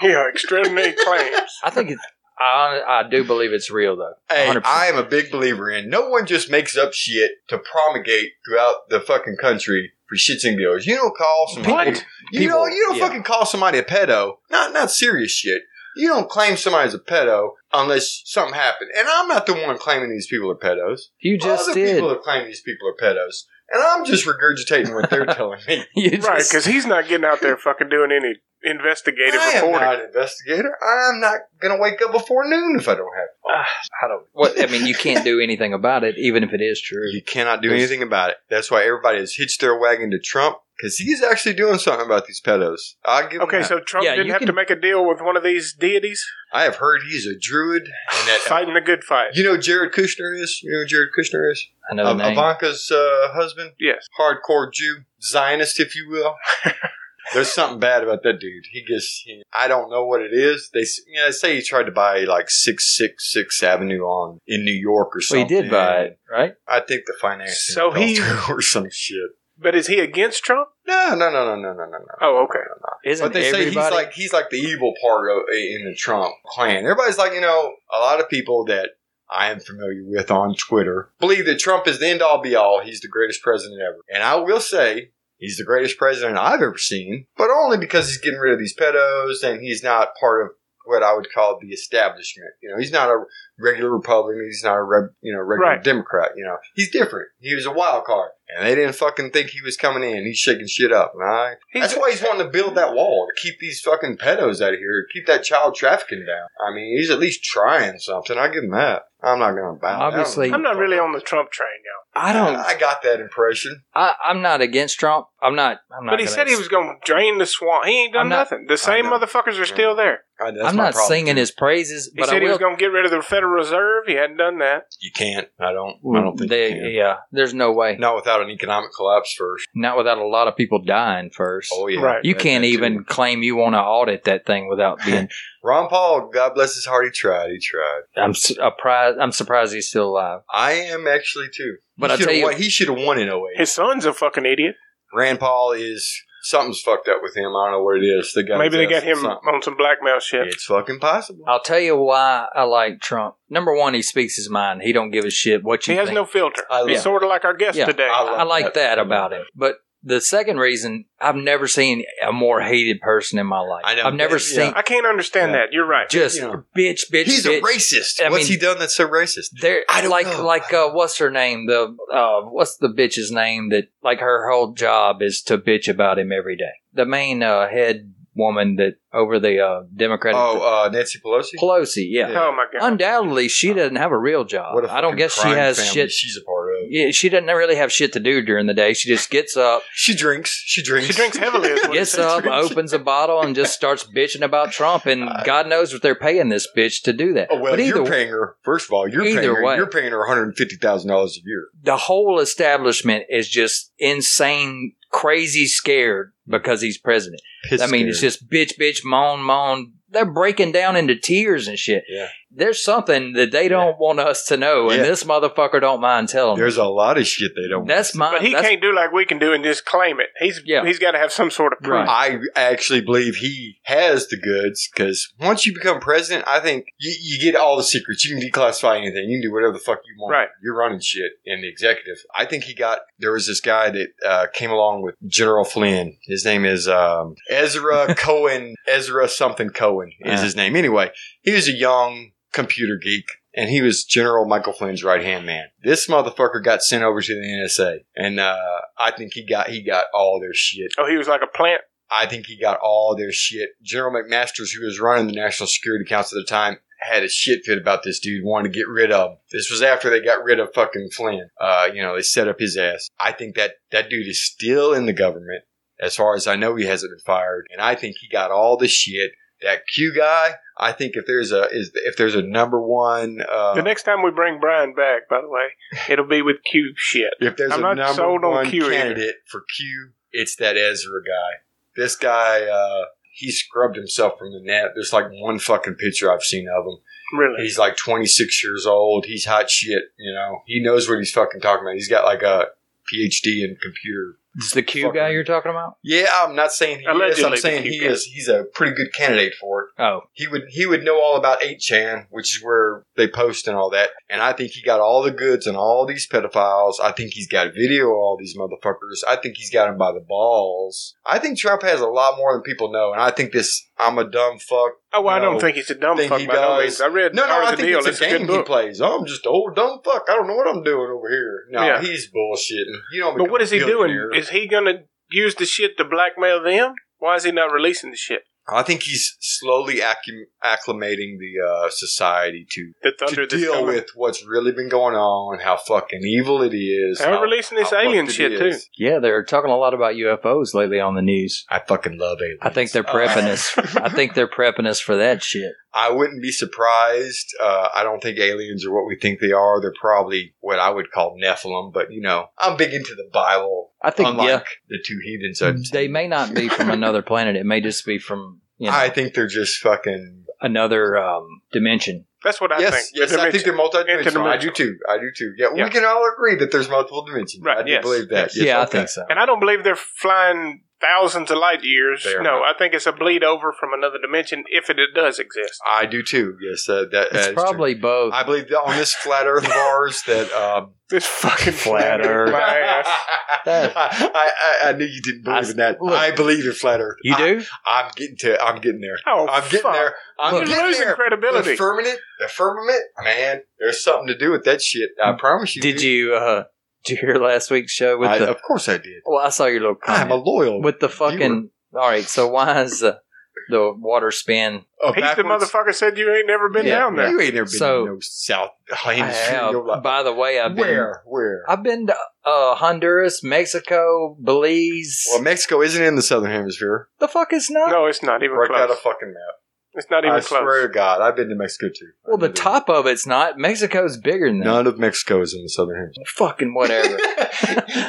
Yeah, extraordinary claims. I think it, I I do believe it's real though. Hey, 100%. I am a big believer in no one just makes up shit to promulgate throughout the fucking country for shits and giggles. You don't call somebody. What? You People- don't. You don't yeah. fucking call somebody a pedo. Not not serious shit. You don't claim somebody's a pedo unless something happened. And I'm not the one claiming these people are pedos. You just Other did. people have claimed these people are pedos, and I'm just regurgitating what they're telling me. You Right, just- because he's not getting out there fucking doing any investigative I am reporting. not an investigator. I'm not going to wake up before noon if I don't have to. I don't. What I mean, you can't do anything about it, even if it is true. You cannot do anything about it. That's why everybody has hitched their wagon to Trump because he's actually doing something about these pedos. I give him Okay, that. so Trump Yeah, didn't you have to can- make a deal with one of these deities I have heard he's a druid. And that, fighting the good fight. you know who Jared Kushner is. You know who Jared Kushner is I know the Um, name. Ivanka's uh, husband, Yes. hardcore Jew, Zionist, if you will. There's something bad about that dude. He gets. He, I don't know what it is. They, s- you know, they say he tried to buy like six six six Avenue on in New York or well, he something. did buy it, right? I think the finance. So he- or some shit. But is he against Trump? No, no, no, no, no, no, no, no. Oh, okay. Isn't But they say he's everybody? like he's like the evil part of, in the Trump clan. Everybody's like, you know, a lot of people that I am familiar with on Twitter believe that Trump is the end all be all. He's the greatest president ever, and I will say. He's the greatest president I've ever seen, but only because he's getting rid of these pedos and he's not part of what I would call the establishment. You know, he's not a regular Republican. He's not a re- you know regular Right. Democrat. You know, he's different. He was a wild card, and they didn't fucking think he was coming in. He's shaking shit up, and I He's, that's why he's wanting to build that wall to keep these fucking pedos out of here, keep that child trafficking down. I mean, he's at least trying something. I give him that. I'm not going to bow. down. Obviously- I'm not really on the Trump train now. I don't. I got that impression. I, I'm not against Trump. I'm not. I'm not But he gonna- said he was going to drain the swamp. He ain't done I'm not- nothing. The same know. motherfuckers are still there. I, that's I'm my not problem. singing his praises, He but said I he will. was going to get rid of the Federal Reserve. He hadn't done that. You can't. I don't. I don't think. Mm, They- you can. yeah, there's no way. Not without an economic collapse first. Not without a lot of people dying first. Oh yeah. Right. you That- can't that too. even claim you want to audit that thing without being. Ron Paul. God bless his heart. He tried. He tried. I'm surprised. I'm surprised he's still alive. I am actually too. But he I should've tell you- won, he should have won in 08. His son's a fucking idiot. Rand Paul is something's fucked up with him. I don't know what it is. They got Maybe they his ass got him something. on some blackmail shit. It's fucking possible. I'll tell you why I like Trump. Number one, he speaks his mind. He don't give a shit what you He has think. no filter. I love He's it. sort of like our guest Yeah. today. I love I like that I about love him. But the second reason, I've never seen a more hated person in my life. I know. I've never Yeah. seen I can't understand Yeah. that. You're right. just You know. bitch, bitch, He's bitch. a racist. I What's mean- he done that's so racist? There, I don't like, know. like, uh, what's her name? The, uh, what's the bitch's name that, like, her whole job is to bitch about him every day? The main, uh, head woman that over the, uh, Democratic Oh, uh, Nancy Pelosi. Pelosi, yeah. Yeah. Oh my god. Undoubtedly, she doesn't have a real job. What a I don't fucking guess she crime has family shit. She's a part of. Yeah, she doesn't really have shit to do during the day. She just gets up, She drinks. She drinks. She drinks heavily. Is what gets it says. up, opens a bottle, and just starts bitching about Trump. And Uh, God knows if they're paying this bitch to do that. Oh, well, but either you're way, paying her. First of all, you're paying Either her. way. You're paying her one hundred fifty thousand dollars a year. the whole establishment is just insane, crazy, scared because he's president. I mean, it's just bitch, bitch, moan, moan. They're breaking down into tears and shit. Yeah. there's something that they don't want us to know, and Yeah. this motherfucker don't mind telling. me. There's a lot of shit they don't. That's my. But he that's- can't do like we can do and just claim it. He's Yeah. he's got to have some sort of Right. proof. I actually believe he has the goods because once you become president, I think you, you get all the secrets. You can declassify anything. You can do whatever the fuck you want. Right. You're running shit in the executive. I think he got. There was this guy that uh, came along with General Flynn. His name is um, Ezra Cohen. Ezra something Cohen is Yeah. his name. Anyway, he was a young computer geek. And he was General Michael Flynn's right hand man. This motherfucker got sent over to the NSA, and uh, I think he got he got all their shit Oh, he was like a plant. I think he got all their shit. General McMaster's, who was running the National Security Council at the time, had a shit fit about this dude, wanted to get rid of him. This was after they got rid of fucking Flynn. Uh, you know, they set up his ass. I think that that dude is still in the government. As far as I know, he hasn't been fired, and I think he got all the shit. That Q guy, I think if there's a is if there's a number one, uh, the next time we bring Brian back, by the way, it'll be with Q shit. If there's I'm a not number sold on one Q either. candidate for Q, it's that Ezra guy. This guy, uh, he scrubbed himself from the net. There's like one fucking picture I've seen of him. Really? He's like 26 years old. He's hot shit. You know, he knows what he's fucking talking about. He's got like a PhD in computer. it's the Q fucking- guy you're talking about. Yeah, I'm not saying he is. Allegedly I'm the saying Q he guy. is. He's a pretty good candidate for it. Oh, He would he would know all about 8chan, which is where they post and all that. And I think he got all the goods on all these pedophiles. I think he's got video of all these motherfuckers. I think he's got them by the balls. I think Trump has a lot more than people know. And I think this I'm a dumb fuck. Oh, well, I No. don't think he's a dumb Think fuck he by no does. means. I read No, no, Ours I the think Deal. it's a a game good he book. plays. Oh, I'm just old dumb fuck. I don't know what I'm doing over here. No, Yeah. he's bullshitting. You don't. But become what a is he doing? billionaire. Is he going to use the shit to blackmail them? Why is he not releasing the shit? I think he's slowly accum- acclimating the uh, society to The thunder to that's deal coming? with what's really been going on, how fucking evil it is. They're how- releasing this how alien fucked it shit, too. is. yeah, they're talking a lot about UFOs lately on the news. I fucking love aliens. I think Oh. they're prepping us. I think they're prepping us for that shit. I wouldn't be surprised. Uh, I don't think aliens are what we think they are. They're probably what I would call Nephilim, but you know, I'm big into the Bible. I think unlike yeah, the two heathens. I've they seen. may not be from another planet. It may just be from you know, I think they're just fucking. another um, dimension. That's what I yes, think. yes, I think they're multidimensional. I do Interdimensional. too. I do too. Yeah, Yeah. we can all agree that there's multiple dimensions. Right, I do yes. believe that. Yes, yeah, I okay. think so. And I don't believe they're flying thousands of light years. They are No, not. I think it's a bleed over from another dimension if it does exist. I do too. Yes, uh, that that is It's true. probably both. I believe that on this flat Earth of ours that um, This fucking Flat Earth. My ass. That- I, I, I knew you didn't believe I- in that. look. I believe in flat Earth. you do? I, am getting to. I'm getting there. Oh, I'm getting fuck. there. I'm Look, You're getting losing there. The credibility. firmament, the firmament, man. There's something to do with that shit. I promise you. Did you? Uh, did you hear last week's show with I, the? of course I did. Well, I saw your little I'm a comment loyal. with the fucking. All right, so why is the, the water spin? oh, He's the backwards- motherfucker said you ain't never been Yeah, down there. You ain't never been So- to no South I Hemisphere. in have- your life. by the way, I've been Where? Where? I've been to uh, Honduras, Mexico, Belize. well, Mexico isn't in the Southern Hemisphere. the fuck is not? No, it's not even Break out a close. fucking map. It's not even I close. swear to God, I've been to Mexico too. Well, the I've been top of it's not. Mexico's bigger than to- that. None of Mexico is in the southern hemisphere. Fucking whatever.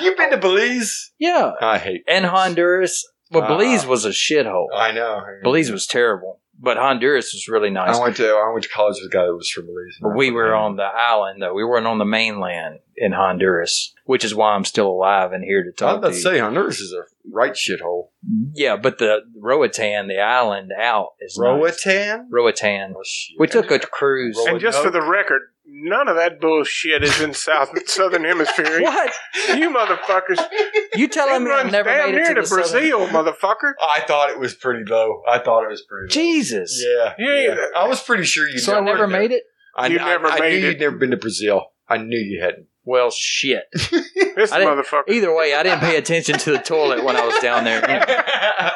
You've been to Belize? yeah, I hate. and Honduras. Well, Ah. Belize was a shithole. I know. Belize was terrible, but Honduras was really nice. I went to I went to college with a guy that was from Belize. But we were on the island, though. We weren't on the mainland in Honduras, which is why I'm still alive and here to I'm talk about to to you. say Honduras is a right shithole. yeah, but the Roatan, the island out, is nice. Roatan. Roatan. Oh, shit. We took a cruise. Roatan. and just for the record, none of that bullshit is in South Southern Hemisphere. What? You motherfuckers. You telling It me I've runs never damn made it near to, to, the southern- Brazil, motherfucker. I thought it was pretty low. I thought it was pretty. Low. Jesus. Yeah, You ain't- I was pretty sure you. so I never made it? I, You I- never I made knew it. You'd never been to Brazil. I knew you hadn't. Well, shit. This I didn't- motherfucker. Either way, I didn't pay attention to the toilet when I was down there.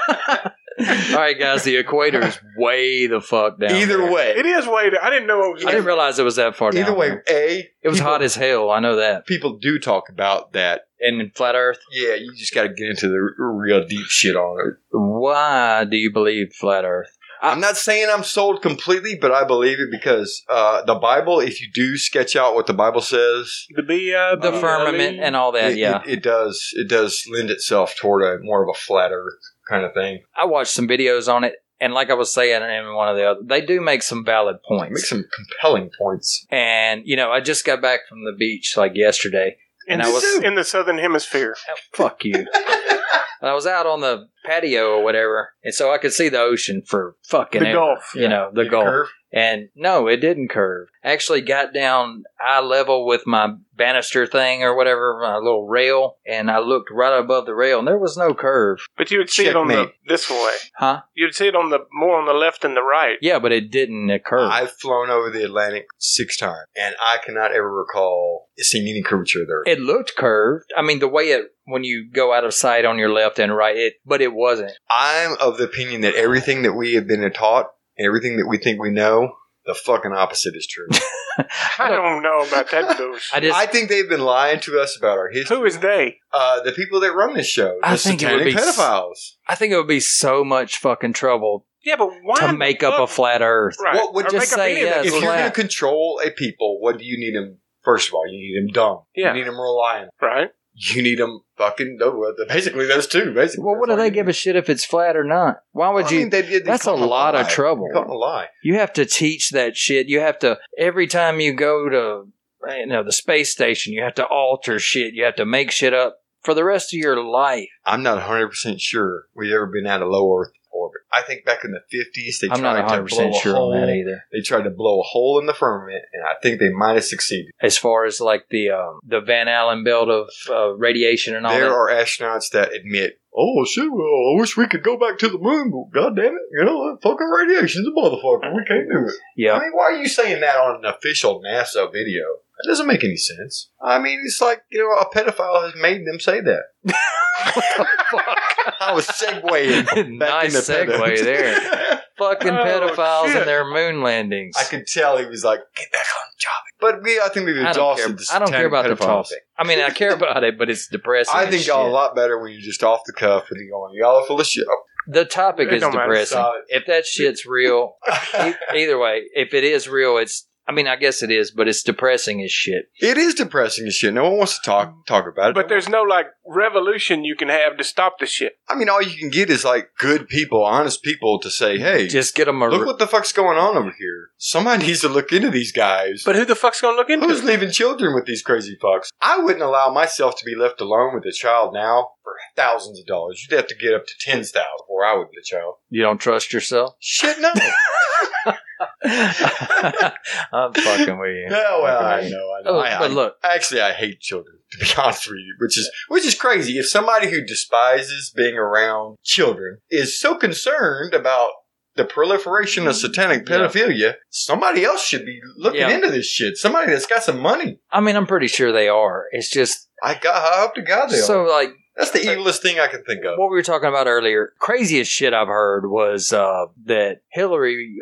All right, guys, the equator is way the fuck down. Either there. way, It is way. To, I didn't know it was. I didn't realize it was that far down. either way, there. a It was people- hot as hell. I know that. People do talk about that. And flat Earth. Yeah, you just got to get into the r- real deep shit on it. Why do you believe flat Earth? I'm not saying I'm sold completely, but I believe it because uh, the Bible. If you do sketch out what the Bible says, the be uh, The be- firmament and all that. it, yeah, it, it does. It does lend itself toward a more of a flat Earth kind of thing. I watched some videos on it. And like I was saying in one of the other, they do make some valid Make points. some compelling points. And you know, I just got back from the beach like yesterday. in, And I was- the, in the southern hemisphere. Fuck you. I was out on the patio or whatever, and so I could see the ocean for fucking The ever, Gulf. You know, the Big Gulf. curve. And no, it didn't curve. Actually, got down eye level with my banister thing or whatever, my little rail, and I looked right above the rail, and there was no curve. But you would see it on the Checkmate. this way. Huh? You'd see it on the more on the left than the right. Yeah, but it didn't occur. I've flown over the Atlantic six times, and I cannot ever recall seeing any curvature there. it looked curved. I mean, the way it when you go out of sight on your left and right, it but it wasn't. I'm of the opinion that everything that we have been taught and everything that we think we know, the fucking opposite is true. I don't know about that bullshit. I just I think they've been lying to us about our history. Who is they? Uh, the people that run this show, the I think it would satanic be s- pedophiles. I think it would be so much fucking trouble Yeah, but why to make up a fuck- flat Earth. right? What would or just make up say any of that yes, If That's bullshit. you're flat. going to control a people, what do you need them? First of all, you need them dumb. Yeah. You need them reliant. right? You need them fucking. no, Basically, those two. Basically. Well, what do they give a shit if it's flat or not? Why would Well, I you? mean, they- they that's a call it lot of lie. trouble. They call it a lie. You have to teach that shit. You have to every time you go to you know the space station, you have to alter shit. You have to make shit up for the rest of your life. I'm not 100% sure we've ever been out of low Earth orbit. I think back in the 50s, they I'm tried not 100 to blow percent a sure hole. on that either. They tried to blow a hole in the firmament, and I think they might have succeeded. As far as like the um, the Van Allen belt of uh, radiation and all there that. are astronauts that admit, oh, shit, well, I wish we could go back to the moon, but god damn it, you know, that fucking radiation's a motherfucker. We can't do it. I yeah, mean, why are you saying that on an official NASA video? That doesn't make any sense. I mean, it's like, you know, a pedophile has made them say that. I was segueing. back nice into segue pedo. there. Fucking Oh, pedophiles shit. and their moon landings. I could tell he was like, get back on the job. But we, I think we've I don't care. exhausted the I don't care satanic about the pedophiles. topic. I mean, I care about it, but it's depressing. I as think y'all shit. a lot better when you're just off the cuff and you're going, y'all are full of shit. the topic It is don't matter, depressing. solid. If that shit's real, e- either way, if it is real, it's. I mean, I guess it is, but it's depressing as shit. it is depressing as shit. No one wants to talk talk about it. But there's no like revolution you can have to stop the shit. I mean, all you can get is like good people, honest people to say, hey, Just get them a. look what the fuck's going on over here. Somebody needs to look into these guys. But who the fuck's gonna look into Who's it? leaving children with these crazy fucks? I wouldn't allow myself to be left alone with a child now for thousands of dollars. You'd have to get up to tens thousand before I would get a child. you don't trust yourself. Shit, no. I'm fucking with you. No, well, I Okay. know, I know. Oh, I, but I- look, actually, I hate children, to be honest with you, which is which is crazy. If somebody who despises being around children is so concerned about the proliferation of satanic Yeah. pedophilia, somebody else should be looking Yeah. into this shit. Somebody that's got some money. I mean, I'm pretty sure they are. It's just I got I hope to God they so are. like That's the evilest thing I can think of. what we were talking about earlier. Craziest shit I've heard was uh, that Hillary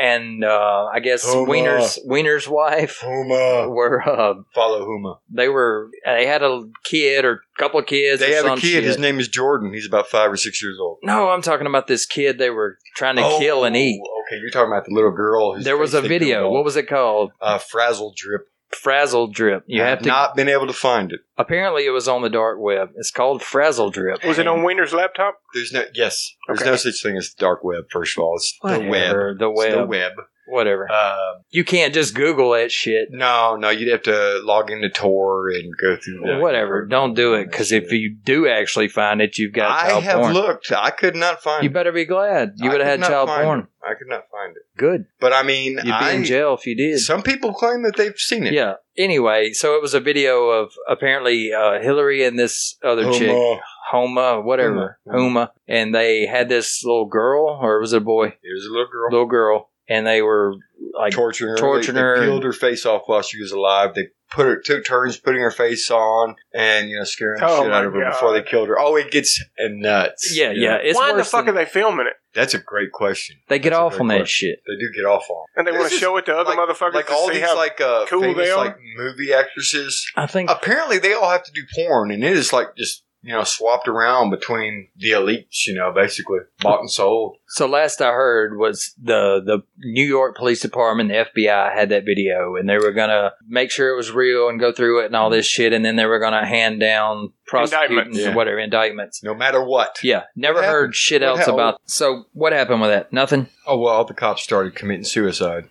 and uh, I guess Homer. Wiener's Wiener's wife Huma, were uh, follow Huma. they were they had a kid or couple of kids. They or have a some kid. shit. His name is Jordan. He's about five or six years old. No, I'm talking about this kid they were trying to Oh, kill and eat. Okay, you're talking about the little girl. whose There was face a they peeled video. off. What was it called? uh, frazzle drip. Frazzle drip. You I have to. not been able to find it. apparently, it was on the dark web. It's called frazzle drip. Was it on Wiener's laptop? There's no yes. There's Okay. no such thing as the dark web. First of all, it's the web. Whatever, The It's web. the web. Whatever. Um, You can't just Google that shit. no, no, you'd have to log into Tor and go through the Whatever. Don't do it because if you do actually find it, you've got I child have porn. looked. I could not find. You it. better be glad you I would have could had not child find porn. It. I could not find it. Good. But I mean, You'd be I, in jail if you did. some people claim that they've seen it. Yeah. Anyway, so it was a video of apparently uh, Hillary and this other Huma. chick, Homa, whatever, Huma. Homa, and they had this little girl, or was it a boy? Here's a little girl Little girl, and they were like, torturing her. torturing They- they her. peeled her face off while she was alive. They put her took turns putting her face on and you know scaring the Oh shit my out of her God. before they killed her. Oh, it gets nuts. yeah, yeah. It's Why in the worse fuck than- are they filming it? That's a great question. they get That's a off great on that question. shit. They do get off on And they This want to is show it to other motherfuckers like to all see these how like uh, cool they famous are. like movie actresses. I think Apparently, they all have to do porn, and it is like just you know, swapped around between the elites, you know, basically bought and sold. So last I heard was the the New York Police Department, the FBI had that video, and they were gonna make sure it was real and go through it and all this shit, and then they were gonna hand down prosecutors Indictments. or Yeah. whatever indictments. No matter what. Yeah, never What heard shit What else happened? about. So what happened with that? Nothing. Oh well, all the cops started committing suicide.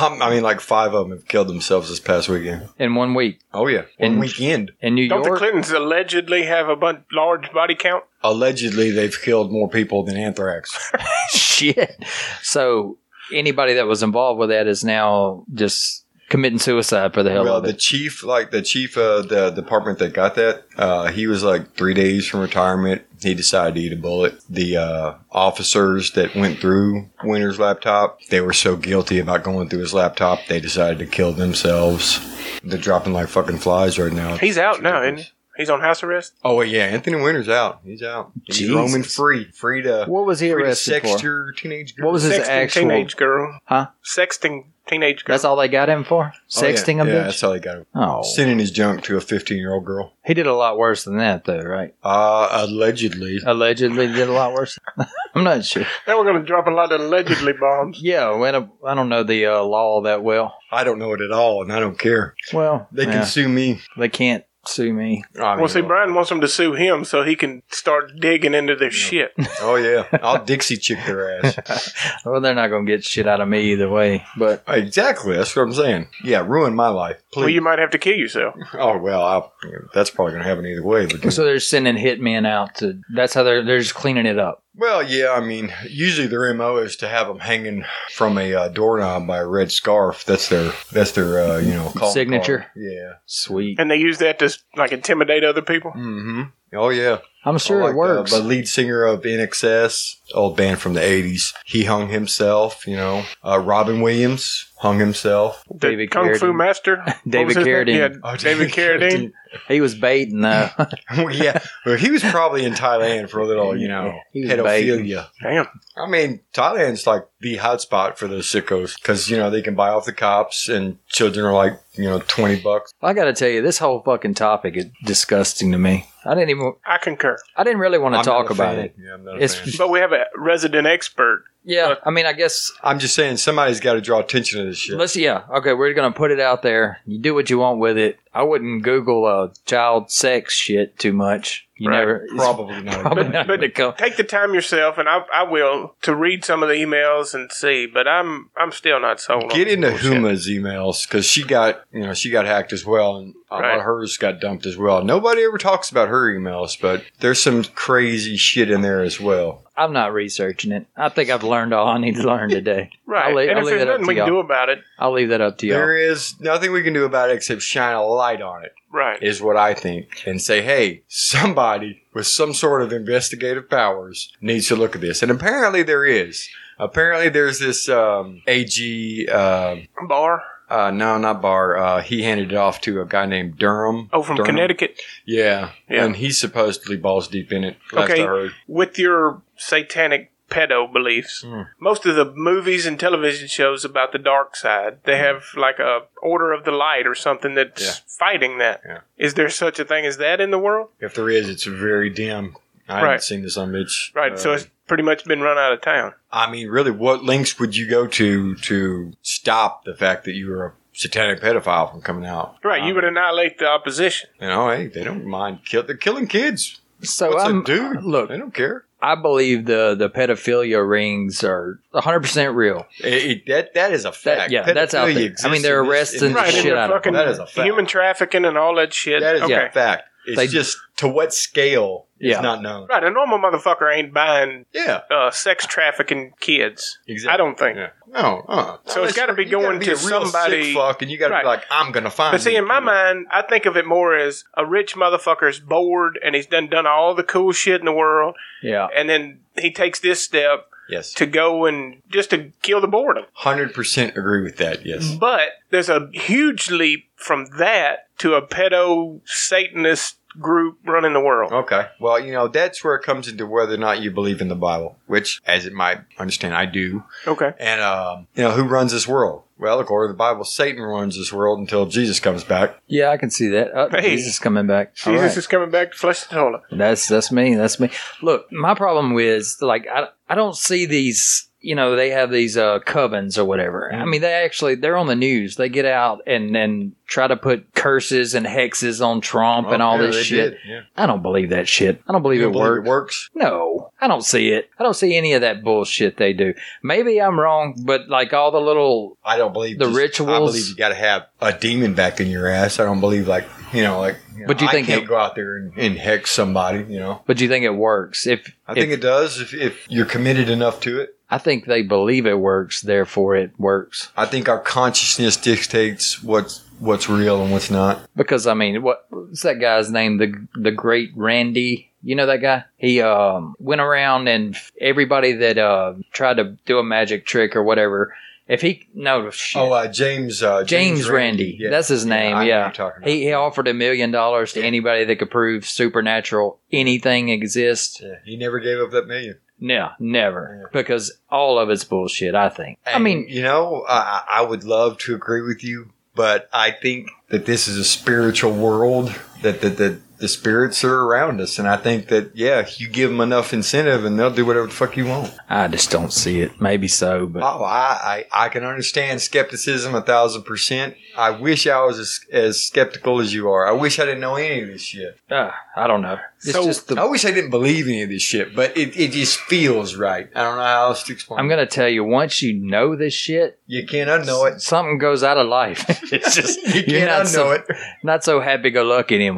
Um, I mean, like five of them have killed themselves this past weekend. in one week Oh yeah, one And- weekend. in New Don't the York. Clintons allegedly have a bun- large body count? Allegedly, they've killed more people than anthrax. Shit. So anybody that was involved with that is now just committing suicide for the hell well, of the it. chief, like the chief of the department that got that, uh, he was like three days from retirement. He decided to eat a bullet. The uh, officers that went through Winter's laptop, they were so guilty about going through his laptop, they decided to kill themselves. They're dropping like fucking flies right now. He's out now, isn't he? He's on house arrest. Oh wait, yeah, Anthony Winter's out. He's out. He's Jesus. roaming free, free to what was he free to arrested sext for? your teenage girl. What was his Sexting actual? teenage girl. Huh? Sexting teenage girl. That's all they got him for? Oh, yeah. Sexting Yeah, a bitch? that's how they got him. Oh, Sending his junk to a 15 year old girl. he did a lot worse than that, though, right? Uh, allegedly. Allegedly did a lot worse. I'm not sure. Now we're going to drop a lot of allegedly bombs. Yeah, when a, I don't know the uh, law that well. I don't know it at all, and I don't care. Well, They can yeah, Oh, sue me. they can't sue me. I Well, mean, see, Brian wants them to sue him so he can start digging into their shit. Oh, yeah. I'll Dixie chick their ass. Well, they're not going to get shit out of me either way. But exactly. That's what I'm saying. Yeah, ruin my life. Please. Well, you might have to kill yourself. oh, well, I'll, that's probably going to happen either way. But so they're sending hitmen out to. That's how they're they're just cleaning it up. well, yeah, I mean, usually their MO is to have them hanging from a uh, doorknob by a red scarf. That's their, that's their, uh, you know, call Signature. card. Yeah. Sweet. And they use that to like intimidate other people. Mm-hmm. Oh, yeah. I'm sure I like uh, it works. The, the lead singer of NXS, old band from the '80s, he hung himself. You know, uh, Robin Williams hung himself. The David Kung Fu Carradine. Master. What was David his name? Carradine. Yeah, Oh, David Carradine. he was baiting though. Well, yeah, well, he was probably in Thailand for a little, you know, He was pedophilia. Damn. I mean, Thailand's like the hotspot for those sickos because you know they can buy off the cops, and children are like you know twenty bucks. I got to tell you, this whole fucking topic is disgusting to me. I didn't even. I concur. I didn't really want I'm to not talk a about fan. it. Yeah, I'm not a It's fan. But we have a resident expert. yeah. I mean, I guess I'm just saying somebody's got to draw attention to this shit. Let's yeah. Okay, we're gonna put it out there. You do what you want with it. I wouldn't Google uh, child sex shit too much. You Right. never Probably not. probably But- not but- gonna come. Take the time yourself, and I, I will to read some of the emails and see. But I'm I'm still not sold. Get on into this bullshit. Huma's emails because she got you know she got hacked as well, and a lot Right. of hers got dumped as well. Nobody ever talks about her emails, but there's some crazy shit in there as well. I'm not researching it. I think I've learned all I need to learn today. Right. I'll leave- and I'll if leave there's that up nothing to we can y'all. do about it, I'll leave that up to y'all. There is nothing we can do about it except shine a light on it, right. is what I think, and say, hey, somebody with some sort of investigative powers needs to look at this, and apparently there is. Apparently there's this um, AG. um Bar. uh, no, not Barr. Uh, he handed it off to a guy named Durham. Oh, from Durham. Connecticut. Yeah. Yeah. And he's supposedly balls deep in it. Last Okay. I heard. with your satanic pedo beliefs Mm. most of the movies and television shows about the dark side they have like a order of the light or something that's Hmm. Yeah. fighting that. Is Yeah. there such a thing as that in the world If there is, it's very dim. I Right. haven't seen this on Mitch. right so Uh, it's pretty much been run out of town I mean, really, what links would you go to to stop the fact that you were a satanic pedophile from coming out? right you Um, would annihilate the opposition You know, hey, they don't mind kill. They're killing kids. So What's I'm a dude? look. they don't care. I believe the the pedophilia rings are 100 percent real. It- it- that that is a fact. yeah, that's out Pedophilia there. I exists mean, they're in this- arresting in the this right shit and world. the out of it. fucking That is a fact. human trafficking and all that shit That is okay a fact. It's They- just to what scale is Yeah. not known. right a normal motherfucker ain't buying Yeah, uh, sex trafficking kids exactly. i don't think Yeah. No. Uh. So it's gotta be you gotta going to a real somebody- Sick fuck, and you got to Right. be like, I'm gonna find. But see, you. in my mind, I think of it more as a rich motherfucker's bored and he's done done all the cool shit in the world, Yeah. and then he takes this step yes, to go and just to kill the boredom. hundred percent agree with that. Yes, But there's a huge leap from that to a pedo Satanist group running the world. Okay. Well, you know, that's where it comes into whether or not you believe in the Bible, which, as it might understand, I do. Okay, And, um, you know, who runs this world? Well, according to the Bible, Satan runs this world until Jesus comes back. Yeah, I can see that. Oh, Hey. Jesus coming back. All Jesus right. is coming back to flesh the toilet. That's that's me. That's me. Look, my problem is like I I don't see these. You know, they have these uh, covens or whatever. Mm-hmm. I mean, they actually they're on the news. They get out and and try to put curses and hexes on Trump and Oh, all yeah, this they shit. did, Yeah. I don't believe that shit. I don't believe You it believe worked. it works? No, I don't see it. I don't see any of that bullshit they do. Maybe I'm wrong, but like all the little I don't believe The I rituals- believe you got to have a demon back in your ass. I don't believe like you know like. You know, But do you I think can't it- go out there and, and hex somebody? You know, but you think it works. If I think if- it does if, if you're committed enough to it. I think they believe it works, therefore it works. I think our consciousness dictates what's what's real and what's not. because I mean, what what's that guy's name? The the great Randy. You know that guy? He um, went around and everybody that uh, tried to do a magic trick or whatever. If he no shit. Oh, uh, James. Uh, James, Randy, Yeah. that's his name. I know Yeah, who you're talking about. he, he offered a million dollars to Yeah. anybody that could prove supernatural anything exists. Yeah, he never gave up that million. No, never, because all of it's bullshit. I think. I And, mean, you know, I, I I would love to agree with you, but I think that this is a spiritual world that that the, the spirits are around us, and I think that yeah, you give them enough incentive, and they'll do whatever the fuck you want. I just don't see it. Maybe so, but Oh, I I, I can understand skepticism a thousand percent. I wish I was as, as skeptical as you are. I wish I didn't know any of this shit. uh, I don't know. It's So- just the I wish I didn't believe any of this shit, but it, it just feels right. I don't know how else to explain. I'm gonna tell you, once you know this shit, you can't unknow it. something goes out of life. it's just you you're can't not unknow so- it. not so happy go lucky anymore.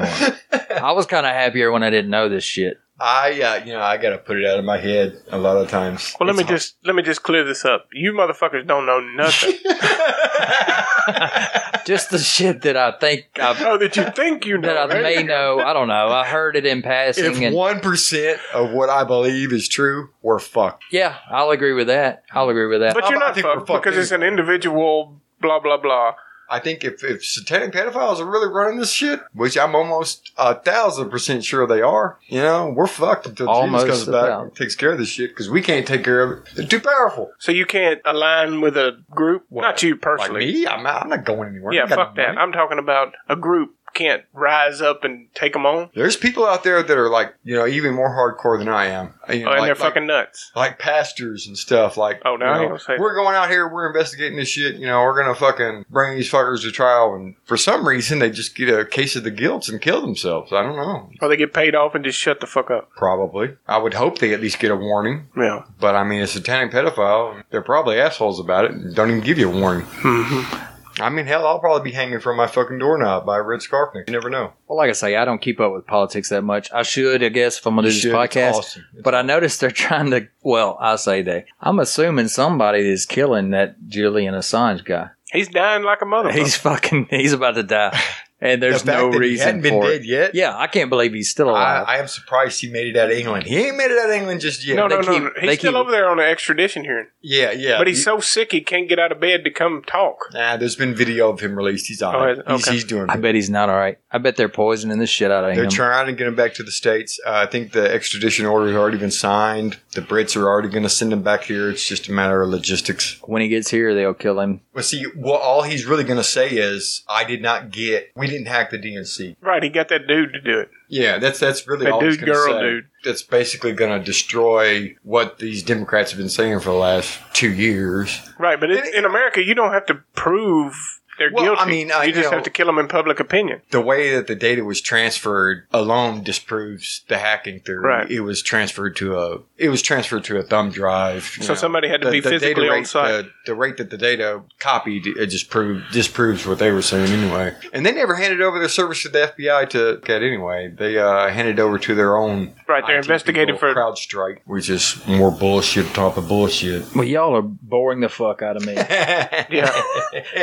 I was kind of happier when I didn't know this shit. I, uh, you know, I gotta put it out of my head a lot of times. Well, let It's me just let me just clear this up. You motherfuckers don't know nothing. hard. Just the shit that I think I've, oh, that you think you know. that I right? may know. I don't know. I heard it in passing, if and one percent of what I believe is true, we're fucked. yeah, I'll agree with that. I'll agree with that. But I- you're I not think we're fucked fucked because it's an anyway. individual. Blah blah blah. I think if, if satanic pedophiles are really running this shit, which I'm almost a thousand percent sure they are, you know, we're fucked until Almost Jesus a comes back thousand. and takes care of this shit because we can't take care of it. They're too powerful. So you can't align with a group. Well, not you Like personally. me, I'm not, I'm not going anywhere. I yeah, got fuck no that. money. I'm talking about a group can't rise up and take them on, There's people out there that are like, you know, even more hardcore than I am. You know, Oh, and like- they're like- fucking nuts. like pastors and stuff. Like, Oh, no, I you know, ain't gonna say- we're going out here, we're investigating this shit. You know, we're gonna fucking bring these fuckers to trial. And for some reason, they just get a case of the guilt and kill themselves. I don't know. Or they get paid off and just shut the fuck up. Probably, I would hope they at least get a warning. Yeah. But I mean, a satanic pedophile, they're probably assholes about it and don't even give you a warning. Mm-hmm. I mean, hell, I'll probably be hanging from my fucking doorknob by a red scarf. neck. You never know. well, like I say, I don't keep up with politics that much. I should, I guess, if I'm gonna do You this should. It's podcast. awesome. But I noticed they're trying to. Well, I say they. I'm assuming somebody is killing that Julian Assange guy. He's dying like a motherfucker. He's fucking. He's about to die, and there's The fact no that he reason hadn't been for dead it. yet. Yeah, I can't believe he's still alive. I, I am surprised he made it out of England. He ain't made it out of England just yet. no, no, they no, keep- no. they He's still keep- over there on an extradition hearing. Yeah, yeah. But he's so sick he can't get out of bed to come talk. Nah, there's been video of him released. He's on. Oh, is- he's, okay. he's doing. I, it. bet he's not all right. I bet they're poisoning the shit out of They're him. trying to get him back to the states. Uh, I think the extradition order has already been signed. The Brits are already going to send him back here. It's just a matter of logistics. when he gets here, they'll kill him. Well, see, well, all he's really going to say is, "I did not get. We didn't hack the DNC." Right, he got that dude to do it. Yeah, that's that's really That all he's dude, gonna girl, say. dude. That's basically going to destroy what these Democrats have been saying for the last two years. Right, but it, in America, you don't have to prove they're Well, guilty. I mean, I- you just you know- have to kill them in public opinion. the way that the data was transferred alone disproves the hacking theory. Right. It was transferred to a it was transferred to a thumb drive. you So somebody had to be physically data on rate, site. The, the rate that the data copied it just proved disproves what they were saying anyway. And they never handed over their service to the FBI to look at anyway. They uh, handed over to their own. Right, they're IT investigating people, for. CrowdStrike, which is more bullshit on top of bullshit. Well, y'all are boring the fuck out of me. Yeah.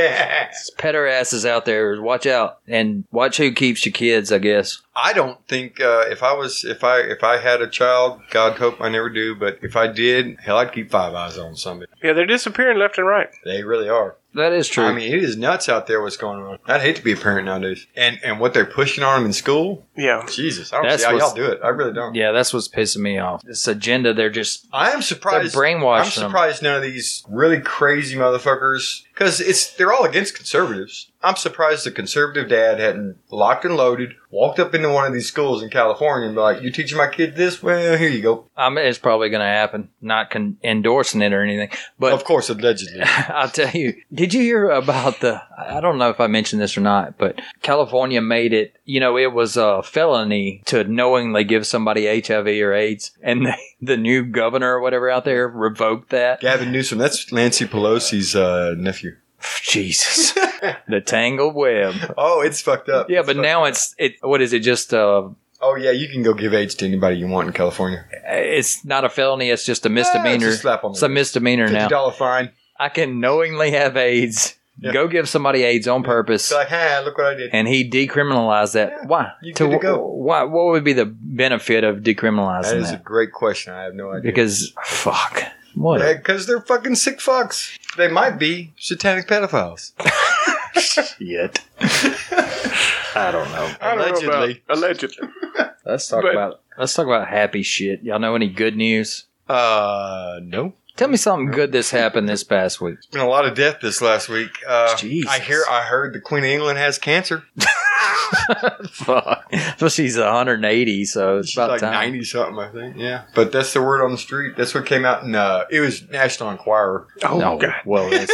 Petter asses out there, watch out and watch who keeps your kids. I guess. I don't think uh, if I was if I if I had a child, God hope I never do, but if I did, hell, I'd keep five eyes on somebody. Yeah, they're disappearing left and right. They really are. That is true. I mean, it is nuts out there. What's going on? I'd hate to be a parent nowadays. And and what they're pushing on them in school. Yeah. Jesus, I don't That's see how what's- y'all do it. I really don't. yeah, that's what's pissing me off. This agenda, they're just I am they're surprised. I'm brainwashing them. surprised none of these really crazy motherfuckers, because it's they're all against conservatives. I'm surprised the conservative dad hadn't locked and loaded, walked up into one of these schools in California and be like, "You teaching my kid this? Well, here you go." I mean, it's probably going to happen. Not con- endorsing it or anything, but of course, allegedly. I'll tell you. Did you hear about the? I don't know if I mentioned this or not, but California made it. You know, it was a felony to knowingly give somebody HIV or AIDS, and the, the new governor or whatever out there revoked that. Gavin Newsom, that's Nancy Pelosi's uh, nephew. Jesus, the tangled web. Oh, it's fucked up. Yeah, but fucked now up. it's it. What is it? Just uh, Oh yeah, you can go give AIDS to anybody you want in California. it's not a felony. It's just a Ah, misdemeanor. just slap on it's a the misdemeanor fifty now. dollar fine. I can knowingly have AIDS. Yeah. Go give somebody AIDS on purpose. It's like, hey, look what I did. and he decriminalized that. Yeah, why? you good to go. Why? What would be the benefit of That decriminalizing is that? a great question. I have no idea. because fuck, what? a- because they're fucking sick fucks. They might be satanic pedophiles. Shit. I don't know. I don't know about- Allegedly. allegedly. Let's talk But- about let's talk about happy shit. Y'all know any good news? Uh, no. Tell me something good that's happened this past week. It's been a lot of death this last week. Uh, Jesus. I hear. I heard the Queen of England has cancer. Fuck. Well, she's 180, so it's She's about like time. ninety something, I think. Yeah, but that's the word on the street. That's what came out in. Uh, it was National Enquirer. Oh, no, God. well, it's,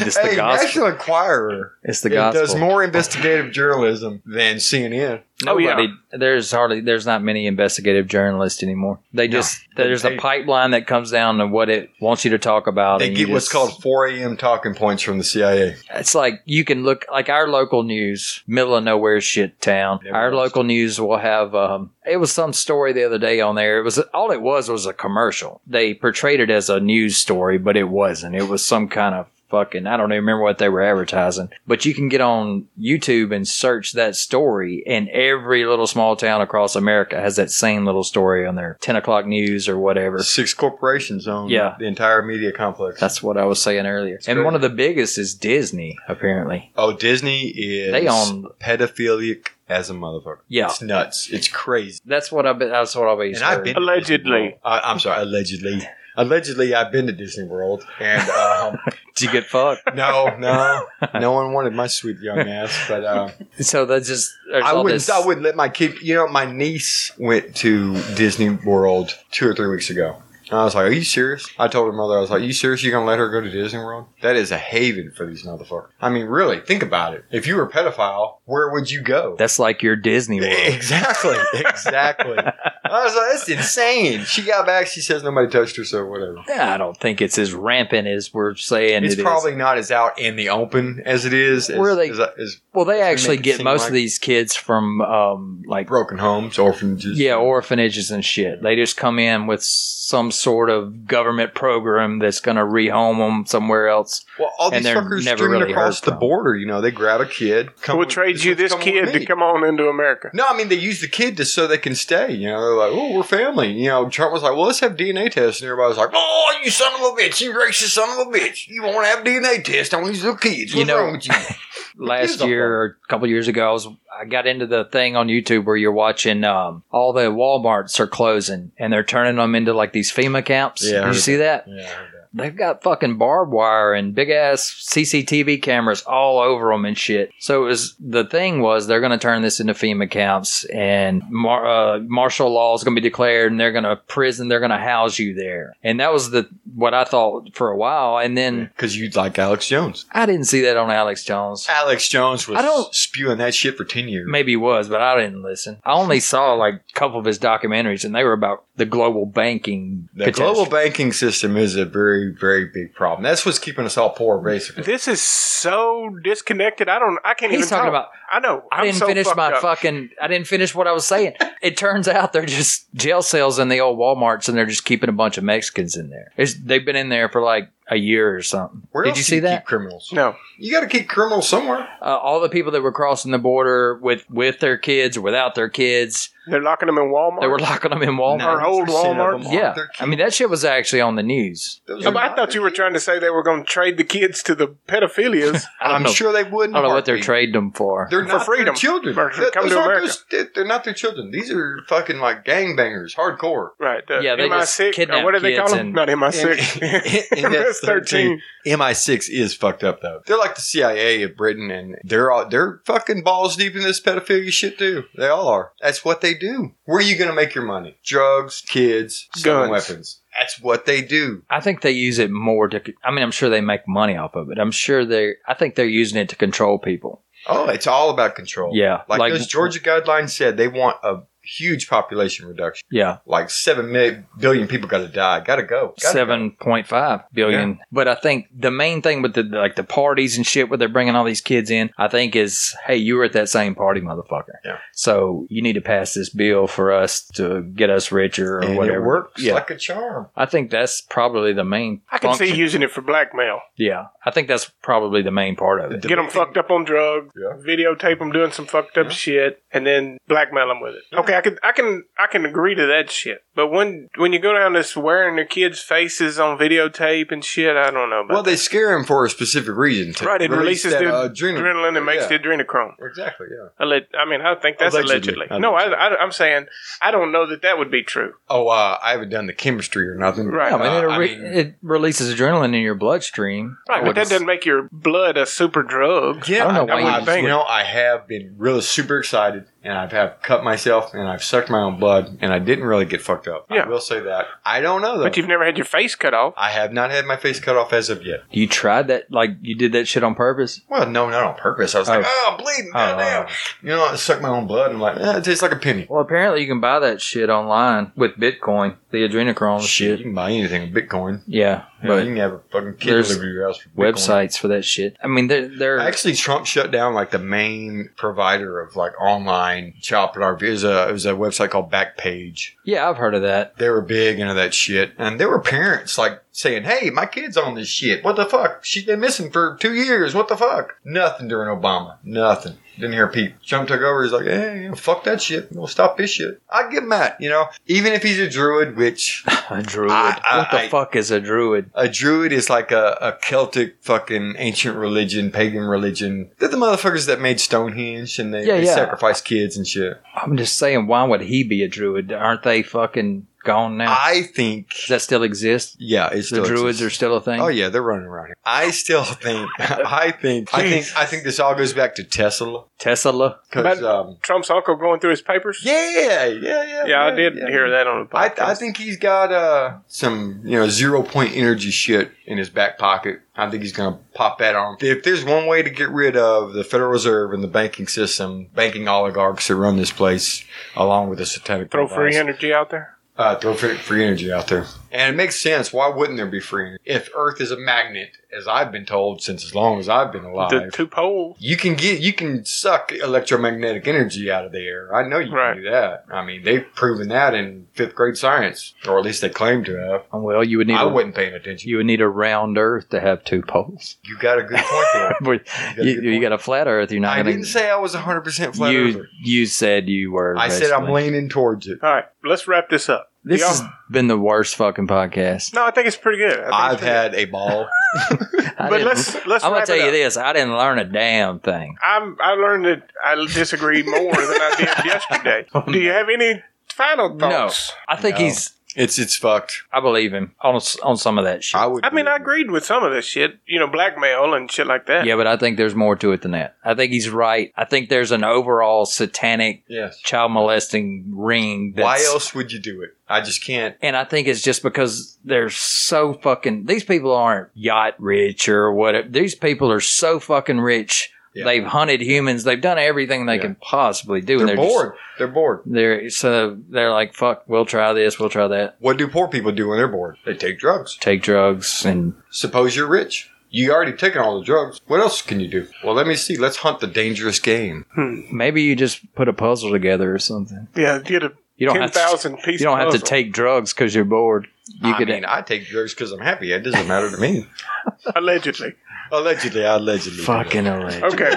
It's the hey, gospel. National Enquirer. it's the it gospel. does more investigative journalism than CNN. Oh, yeah. Nobody, there's hardly, there's not many investigative journalists anymore. They just, there's They- a pipeline that comes down to what it wants you to talk about. They and get you what's just- called 4 a.m. talking points from the CIA. It's like you can look like our local news, middle of nowhere shit town. Never our watched local news will have. Um, it was some story the other day on there. It was all it was was a commercial. They portrayed it as a news story, but it wasn't. It was some kind of fucking. I don't even remember what they were advertising. But you can get on YouTube and search that story, and every little small town across America has that same little story on their ten o'clock news or whatever. Six corporations own Yeah. the entire media complex. That's what I was saying earlier. And great. one of the biggest is Disney, apparently. oh, Disney is They own pedophilic as a motherfucker. Yeah. It's nuts. It's crazy. That's what I've been. That's what I've always. And I've heard. been to Allegedly. Disney World. I, I'm sorry, allegedly. Allegedly, I've been to Disney World, and um, Did you get fucked? no, no, no one wanted my sweet young ass. But um, So that's just. There's I all wouldn't. this, I wouldn't let my kid. You know, my niece went to Disney World two or three weeks ago. And I was like, "Are you serious?" I told her mother, "I was like, you serious? You gonna let her go to Disney World? That is a haven for these motherfuckers. I mean, really, think about it. If you were a pedophile, where would you go?" That's like your Disney Eh. World. Exactly, exactly. I was like, "That's insane." She got back. She says nobody touched her, so whatever. Yeah, I don't think it's as rampant as we're saying. it's it is. probably not as out in the open as it is. As, Where they- as, as Well, they Doesn't make actually it get seem most like- of these kids from um like broken homes, orphanages. yeah orphanages and shit. They just come in with some sort of government program that's going to rehome them somewhere else. Well, all And these they're fuckers never streaming really across heard the from. border, you know, they grab a kid. Come We'll with- trade you one's this coming kid with me. to come on into America. No, I mean they use the kid just so they can stay. You know, they're like, "Oh, we're family." You know, Trump was like, "Well, let's have DNA tests," and everybody was like, "Oh, you son of a bitch! You racist son of a bitch! You won't have DNA tests on these little kids? What's You know- wrong with you?" last Beautiful. year or a couple years ago, I was I got into the thing on YouTube where you're watching um, all the WalMarts are closing and they're turning them into like these FEMA camps. Yeah, I Did heard you see that? yeah, I heard that. They've got fucking barbed wire and big ass CCTV cameras all over them and shit. So it was the thing was they're going to turn this into FEMA camps and mar- uh, martial law is going to be declared and they're going to prison. They're going to house you there. And that was the what I thought for a while. And then because you'd like Alex Jones. I didn't see that on Alex Jones. Alex Jones was I don't- spewing that shit for ten years. Maybe he was, but I didn't listen. I only saw like a couple of his documentaries, and they were about the global banking. The catastrophe. global banking system is a very, very big problem. That's what's keeping us all poor, basically. This is so disconnected. I don't. I can't He's even talking about. talk. I know. I I'm didn't so finish fucked my up. fucking. I didn't finish what I was saying. it turns out they're just jail cells in the old Walmarts, and they're just keeping a bunch of Mexicans in there. It's, they've been in there for like a year or something. Where Did else you do see that? Keep criminals. No. You got to keep criminals somewhere. uh, all the people that were crossing the border with with their kids or without their kids, They're locking them in Walmart. they were locking them in Walmart. Our 90% old of Walmart. them are. yeah, their I mean that shit was actually on the news. Those Oh, are but I not thought you were the- trying to say they were going to trade the kids to the pedophilias. I don't I'm know. sure they I wouldn't. don't know what they're heartbeat. trading them for. They're For not freedom. Their children. For- Th- come those to aren't America. those- they're- they're not their children. These are fucking like gangbangers, hardcore. right. The Yeah, they just MI6. kidnap or uh, what do they call kids them? and- Not MI6. And that's 13. MI6 is fucked up though. They're like the CIA of Britain, and they're all, they're fucking balls deep in this pedophilia shit too. They all are. That's what they do. Where are you going to make your money? Drugs, kids, selling Guns. weapons. That's what they do. I think they use it more to. I mean, I'm sure they make money off of it. I'm sure they. I think they're using it to control people. Oh, it's all about control. Yeah, like, those Georgia guidelines said, they want a huge population reduction. Yeah, Like seven mi- billion people got to die. Got to go. Gotta seven point five billion. But I think the main thing with the like the parties and shit where they're bringing all these kids in, I think is hey, you were at that same party, motherfucker. Yeah. So you need to pass this bill for us to get us richer or go. And whatever. it works Yeah. like a charm. I think that's probably the main. I can function. see using it for blackmail. Yeah, I think that's probably the main part of it. The Get them big thing- fucked up on drugs. Yeah. Videotape them doing some fucked up shit, and then blackmail them with it. Yeah. Okay, I can, I can, I can agree to that shit. But when, when you go down this wearing their kids' faces on videotape and shit, I don't know. About Well, that. they scare him for a specific reason. To Right, it release releases that uh, the adrenaline. adrenaline and makes the yeah. adrenochrome. Exactly. Yeah. Alleg- I mean, I think that's Allegedly. allegedly. No, I, I, I'm saying I don't know that that would be true. Oh, uh, I haven't done the chemistry or nothing. Right. Yeah, I mean, Uh, it, I re- mean- it releases adrenaline in your bloodstream. Right, but that What's- doesn't make your blood a super drug. Yeah, I don't know why I, you I, would think you it. know, I have been really super excited, and I've have cut myself, and I've sucked my own blood, and I didn't really get fucked up. Yeah. I will say that. I don't know though. But you've never had your face cut off. I have not had my face cut off as of yet. You tried that, like you did that shit on purpose. Well, no, not on purpose. I was like, Oh. oh, I'm bleeding, Oh, goddamn. oh. You know, I sucked my own blood, and I'm like, eh, it tastes like a penny. Well, apparently you can buy that shit online with Bitcoin, the adrenochrome Shit, Oh, shit. you can buy anything with Bitcoin. Yeah, You, know, but you can have a fucking kid there's deliver to your house for Bitcoin. websites for that shit. I mean, they're they're Actually, Trump shut down like the main provider of like online child pornography. It was a, it was a website called Backpage. yeah, I've heard of that. They were big into that shit, and there were parents like saying, "Hey, my kid's on this shit. What the fuck? She's been missing for two years. What the fuck? Nothing during Obama. Nothing." Didn't hear a peep. Trump took over. He's like, "Hey, you know, fuck that shit. We'll stop this shit." I get mad, you know. Even if he's a druid, which A druid. I- I- what the I- fuck is a druid? a druid is like a, a Celtic fucking ancient religion, pagan religion. They're the motherfuckers that made Stonehenge and they, Yeah, they yeah. sacrifice kids and shit. I'm just saying, why would he be a druid? Aren't they fucking gone now? I think, Does that still exist? yeah, it's The druids are still a thing. Oh yeah, they're running around here. I still think, I think, I think, I think this all goes back to Tesla Tesla. because, But- um, Trump's uncle going through his papers. yeah, yeah, yeah. Yeah, I did hear that on the I, podcast. I think he's got uh, some you know zero point energy shit in his back pocket. I think he's gonna pop that on. If there's one way to get rid of the Federal Reserve and the banking system, banking oligarchs that run this place, along with the satanic Throw cabals, free energy out there. uh, throw free, free energy out there, and it makes sense. Why wouldn't there be free energy if Earth is a magnet, as I've been told since as long as I've been alive? The two poles. you can get you can suck electromagnetic energy out of the air. I know you Right. can do that. I mean, they've proven that in fifth grade science, or at least they claim to have. Well, you would need I a, wasn't paying attention. You, you would need a round Earth to have two poles. got a good point there. you, a good you point. got a flat Earth. You're not I going didn't to. say I was 100 percent flat You earther. you said you were. I said I'm basically. leaning towards it. All right, let's wrap this up. This Y'all- has been the worst fucking podcast. No, I think it's pretty good. I think it's I've pretty had a ball. I Good. But didn't- let's let's. I'm gonna wrap it tell you up. this. I didn't learn a damn thing. I'm. I learned that I disagree more than I did yesterday. Do you have any final No. thoughts? I think No. he's. it's it's fucked. I believe him on s- on some of that shit. I would. I mean, I agreed with some of this shit. You know, blackmail and shit like that. yeah, but I think there's more to it than that. I think he's right. I think there's an overall satanic Yes. child molesting ring. That's, Why else would you do it? I just can't. And I think it's just because they're so fucking. These people aren't yacht rich or whatever. These people are so fucking rich. Yeah. They've hunted humans. They've done everything they Yeah. can possibly do. They're, and just- bored. they're bored. they're so they're like fuck. We'll try this. We'll try that. What do poor people do when they're bored? They take drugs. Take drugs and Suppose you're rich. You already taken all the drugs. What else can you do? Well, let me see. Let's hunt the dangerous game. Maybe you just put a puzzle together or something. Yeah, get a You don't ten have to, thousand piece. you don't have to puzzle. take drugs because you're bored. You I could mean, I take drugs because I'm happy. It doesn't matter to me. allegedly. allegedly, allegedly. fucking alleged. Okay,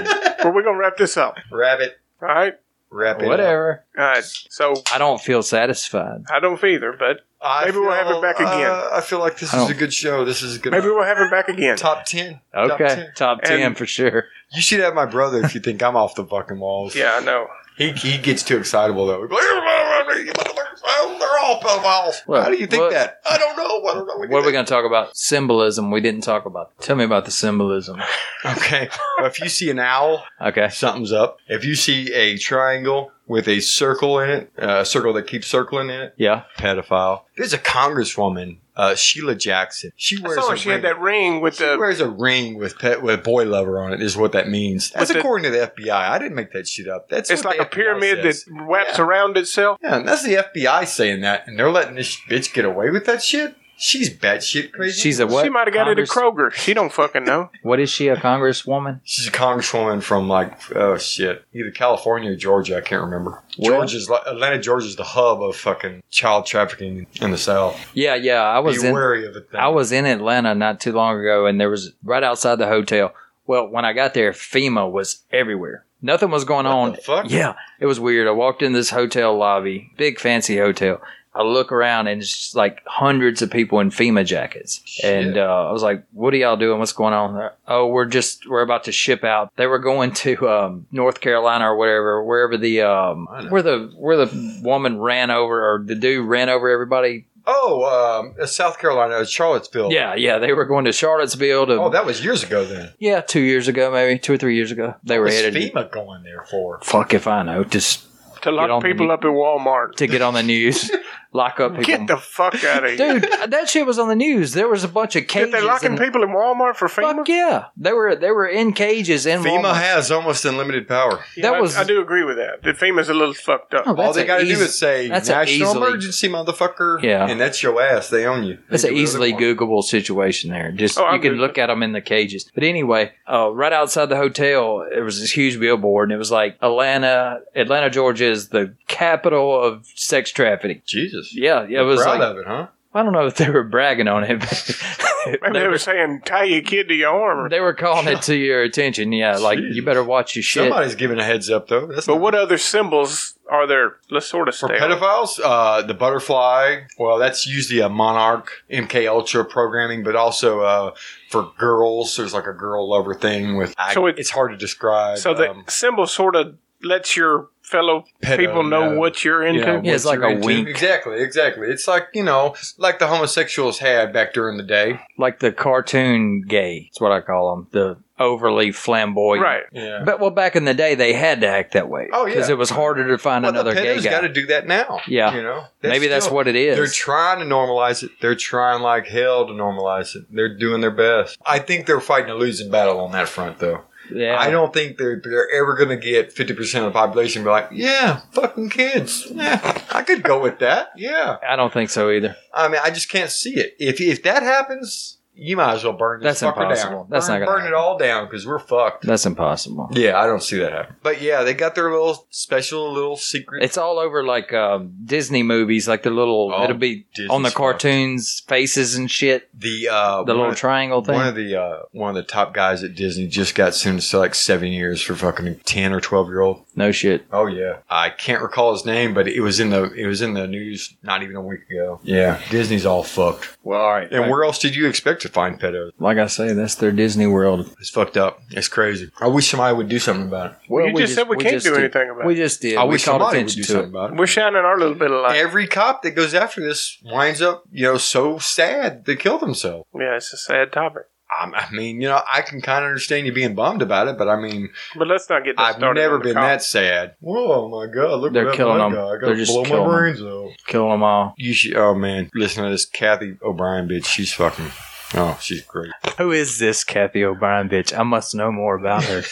well we're gonna wrap this up. Rabbit, All right, rabbit. Whatever. all right. So I don't feel satisfied. I don't either, but Maybe we'll have it back again. uh, I feel like this I is don't- a good show. This is a good. maybe we'll have him back again. top ten. Top Okay, 10. top ten, And- for sure. You should have my brother if you think I'm off the fucking walls. Yeah, I know. He, he gets too excitable though. He's like, They're all pedophiles. What? How do you think What? that? I don't know. I don't know. What are we going to talk about? Symbolism. We didn't talk about. Tell me about the symbolism. Okay. Well, if you see an owl, Okay. something's up. If you see a triangle with a circle in it, uh, a circle that keeps circling in it, Yeah. pedophile. There's a congresswoman, uh, Sheila Jackson. She I wears saw a her. She ring. had that ring with she the. wears a ring with pet with boy lover on it. Is what that means. With That's the- according to the FBI. I didn't make that shit up. That's It's what like the a pyramid FBI says. that wraps around itself. Yeah, and that's the FBI saying that, and they're letting this bitch get away with that shit. She's batshit crazy. She's a what? She might have got Congress- it at Kroger. She don't fucking know. What is she? A congresswoman? She's a congresswoman from like oh shit, either California or Georgia. I can't remember. Where? Georgia's like Atlanta, Georgia's the hub of fucking child trafficking in the South. Yeah, yeah. I was Be in. wary of it. then. I was in Atlanta not too long ago, and there was right outside the hotel. Well, when I got there, FEMA was everywhere. Nothing was going What on. the fuck? Yeah, it was weird. I walked in this hotel lobby, big fancy hotel. I look around and it's just like hundreds of people in FEMA jackets, and Shit. uh, I was like, "What are y'all doing? What's going on?" They're, Oh, we're just we're about to ship out. They were going to um, North Carolina or whatever, wherever the um, I know. where the where the woman ran over or the dude ran over everybody. Oh, um, uh, South Carolina, Charlottesville. Yeah, yeah, they were going to Charlottesville to Oh, that was years ago then. Yeah, two years ago, maybe two or three years ago, they were What's headed. FEMA going there for? Fuck if I know. Just To on lock the people knee. up at Walmart. to get on the news, lock up people. Get the fuck out of here. Dude, that shit was on the news. There was a bunch of Get cages. they locking and- people in Walmart for FEMA? Fuck yeah, they were they were in cages in FEMA Walmart. has almost unlimited power. that I, was- I do agree with that. The FEMA's a little fucked up. Oh, All that's they a got to do easy- is say that's a national easily- emergency, motherfucker. Yeah. and that's your ass. They own you. They It's an do whatever easily they want. Googleable situation there. Just Oh, I'm you can Googling. look at them in the cages. But anyway, uh, right outside the hotel, there was this huge billboard, and it was like Atlanta, Atlanta, Georgia is the capital of sex trafficking. Jesus. Yeah, yeah, it was Proud like of it, huh? I don't know if they were bragging on it. But Maybe they were saying, tie your kid to your arm. or- They were calling it to your attention. Yeah, like Jeez. you better watch your shit. Somebody's giving a heads up though. That's But not- what other symbols are there? Let's sort of for stay. on. pedophiles? Uh, the butterfly. Well, that's usually a Monarch MK Ultra programming, but also uh, for girls, there's like a girl lover thing with. I, So it- it's hard to describe. So the um, symbol sort of lets your fellow pedo, people know yeah. what you're into. You know, Yeah, it's what like a you're into. wink. Exactly, exactly. It's like you know, like the homosexuals had back during the day. like the cartoon gay. That's what I call them. The overly flamboyant. Right. Yeah. But well, back in the day, they had to act that way. Oh, yeah. Because it was harder to find Well, another the gay pedo's guy. got to do that now. Yeah. you know. Maybe that's still- what it is. They're trying to normalize it. They're trying like hell to normalize it. They're doing their best. I think they're fighting a losing battle on that front, though. yeah. I don't think they're they're ever going to get fifty percent of the population be like, yeah, fucking kids. Yeah, I could go with that. Yeah, I don't think so either. I mean, I just can't see it. If if that happens, you might as well burn this That's fucker impossible. down. That's burn, not gonna burn it all down because we're fucked. That's impossible. Yeah, I don't see that happen. But yeah, they got their little special little secret. It's all over like um, Disney movies, like the little. Oh, it'll be Disney on the stuff. cartoons, faces and shit. the uh, The one little of- triangle thing. One of the uh, one of the top guys at Disney just got sentenced to like seven years for fucking ten or twelve year old. no shit. Oh yeah, I can't recall his name, but it was in the it was in the news not even a week ago. Yeah, Disney's all fucked. Well, all right. And where else did you expect to find pedos? like I say, that's their Disney world. It's fucked up. It's crazy. I wish somebody would do something about it. Well, you just said we, can't just do did. anything about We it. just did. I we wish called somebody would attention do to something it. about it. We're shining our little bit of light. Every cop that goes after this winds up, you know, so sad they kill themselves. yeah, it's a sad topic. I'm- I mean, you know, I can kind of understand you being bummed about it, but I mean, But let's not get that I've started. never on the been cop. that sad. Whoa, Oh, my God! Look They're at that killing black them. guy. I gotta They're just blow killing my 'em. brains out. Kill them all. You should. Oh man, listen to this Kathy O'Brien bitch. She's fucking. Oh, she's great. Who is this Kathy O'Brien bitch? I must know more about her.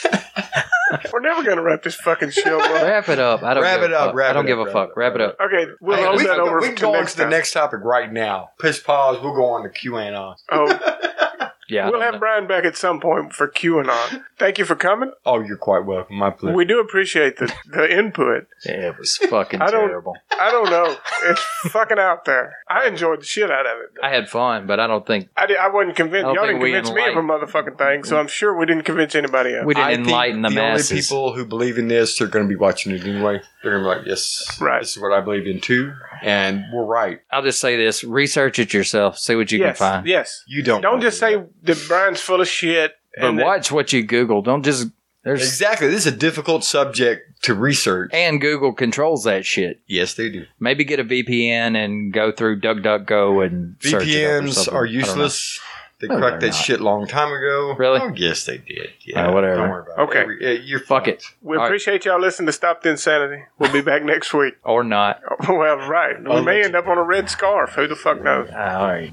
We're never going to wrap this fucking show up. wrap it up. I don't Wrap give it a up, fuck. wrap I don't it give a up, wrap fuck. it up, Wrap it up. Okay, we'll Hey, hold we that can go, over we can to go on next to the time. next topic right now. Piss pause. We'll go on to QAnon. Oh, Yeah, I we'll don't have know. Brian back at some point for QAnon. Thank you for coming. Oh, you're quite welcome. My pleasure. We do appreciate the, the input. Yeah, it was fucking I don't- terrible. I don't know. It's fucking out there. I enjoyed the shit out of it. though. I had fun, but I don't think I, did, I wasn't convinced. I don't Y'all think didn't we convince me of a motherfucking thing, so I'm sure we didn't convince anybody else. we didn't I think enlighten the, the masses. only people who believe in this are going to be watching it anyway. They're going to be like, "Yes, Right. This is what I believe in too," and we're right. I'll just say this: research it yourself, see what you yes, can find, yes. You don't. Don't wanna just do say that. that Brian's full of shit. but and that- watch what you Google. Don't just there's exactly. This is a difficult subject to research. and Google controls that shit. Yes, they do. Maybe get a VPN and go through DuckDuckGo and search it up or VPNs something. are I don't know. useless. They No, cracked they're that not. shit long time ago. Really? Oh, yes, they did. Yeah, Oh, whatever. Don't worry about Okay. it. Every- yeah, you're Fuck fucked. it We All right. appreciate y'all listening to Stop the Insanity. We'll be back next week. or not. Well, right. We may Allegedly. end up on a red scarf. Who the fuck knows? All right.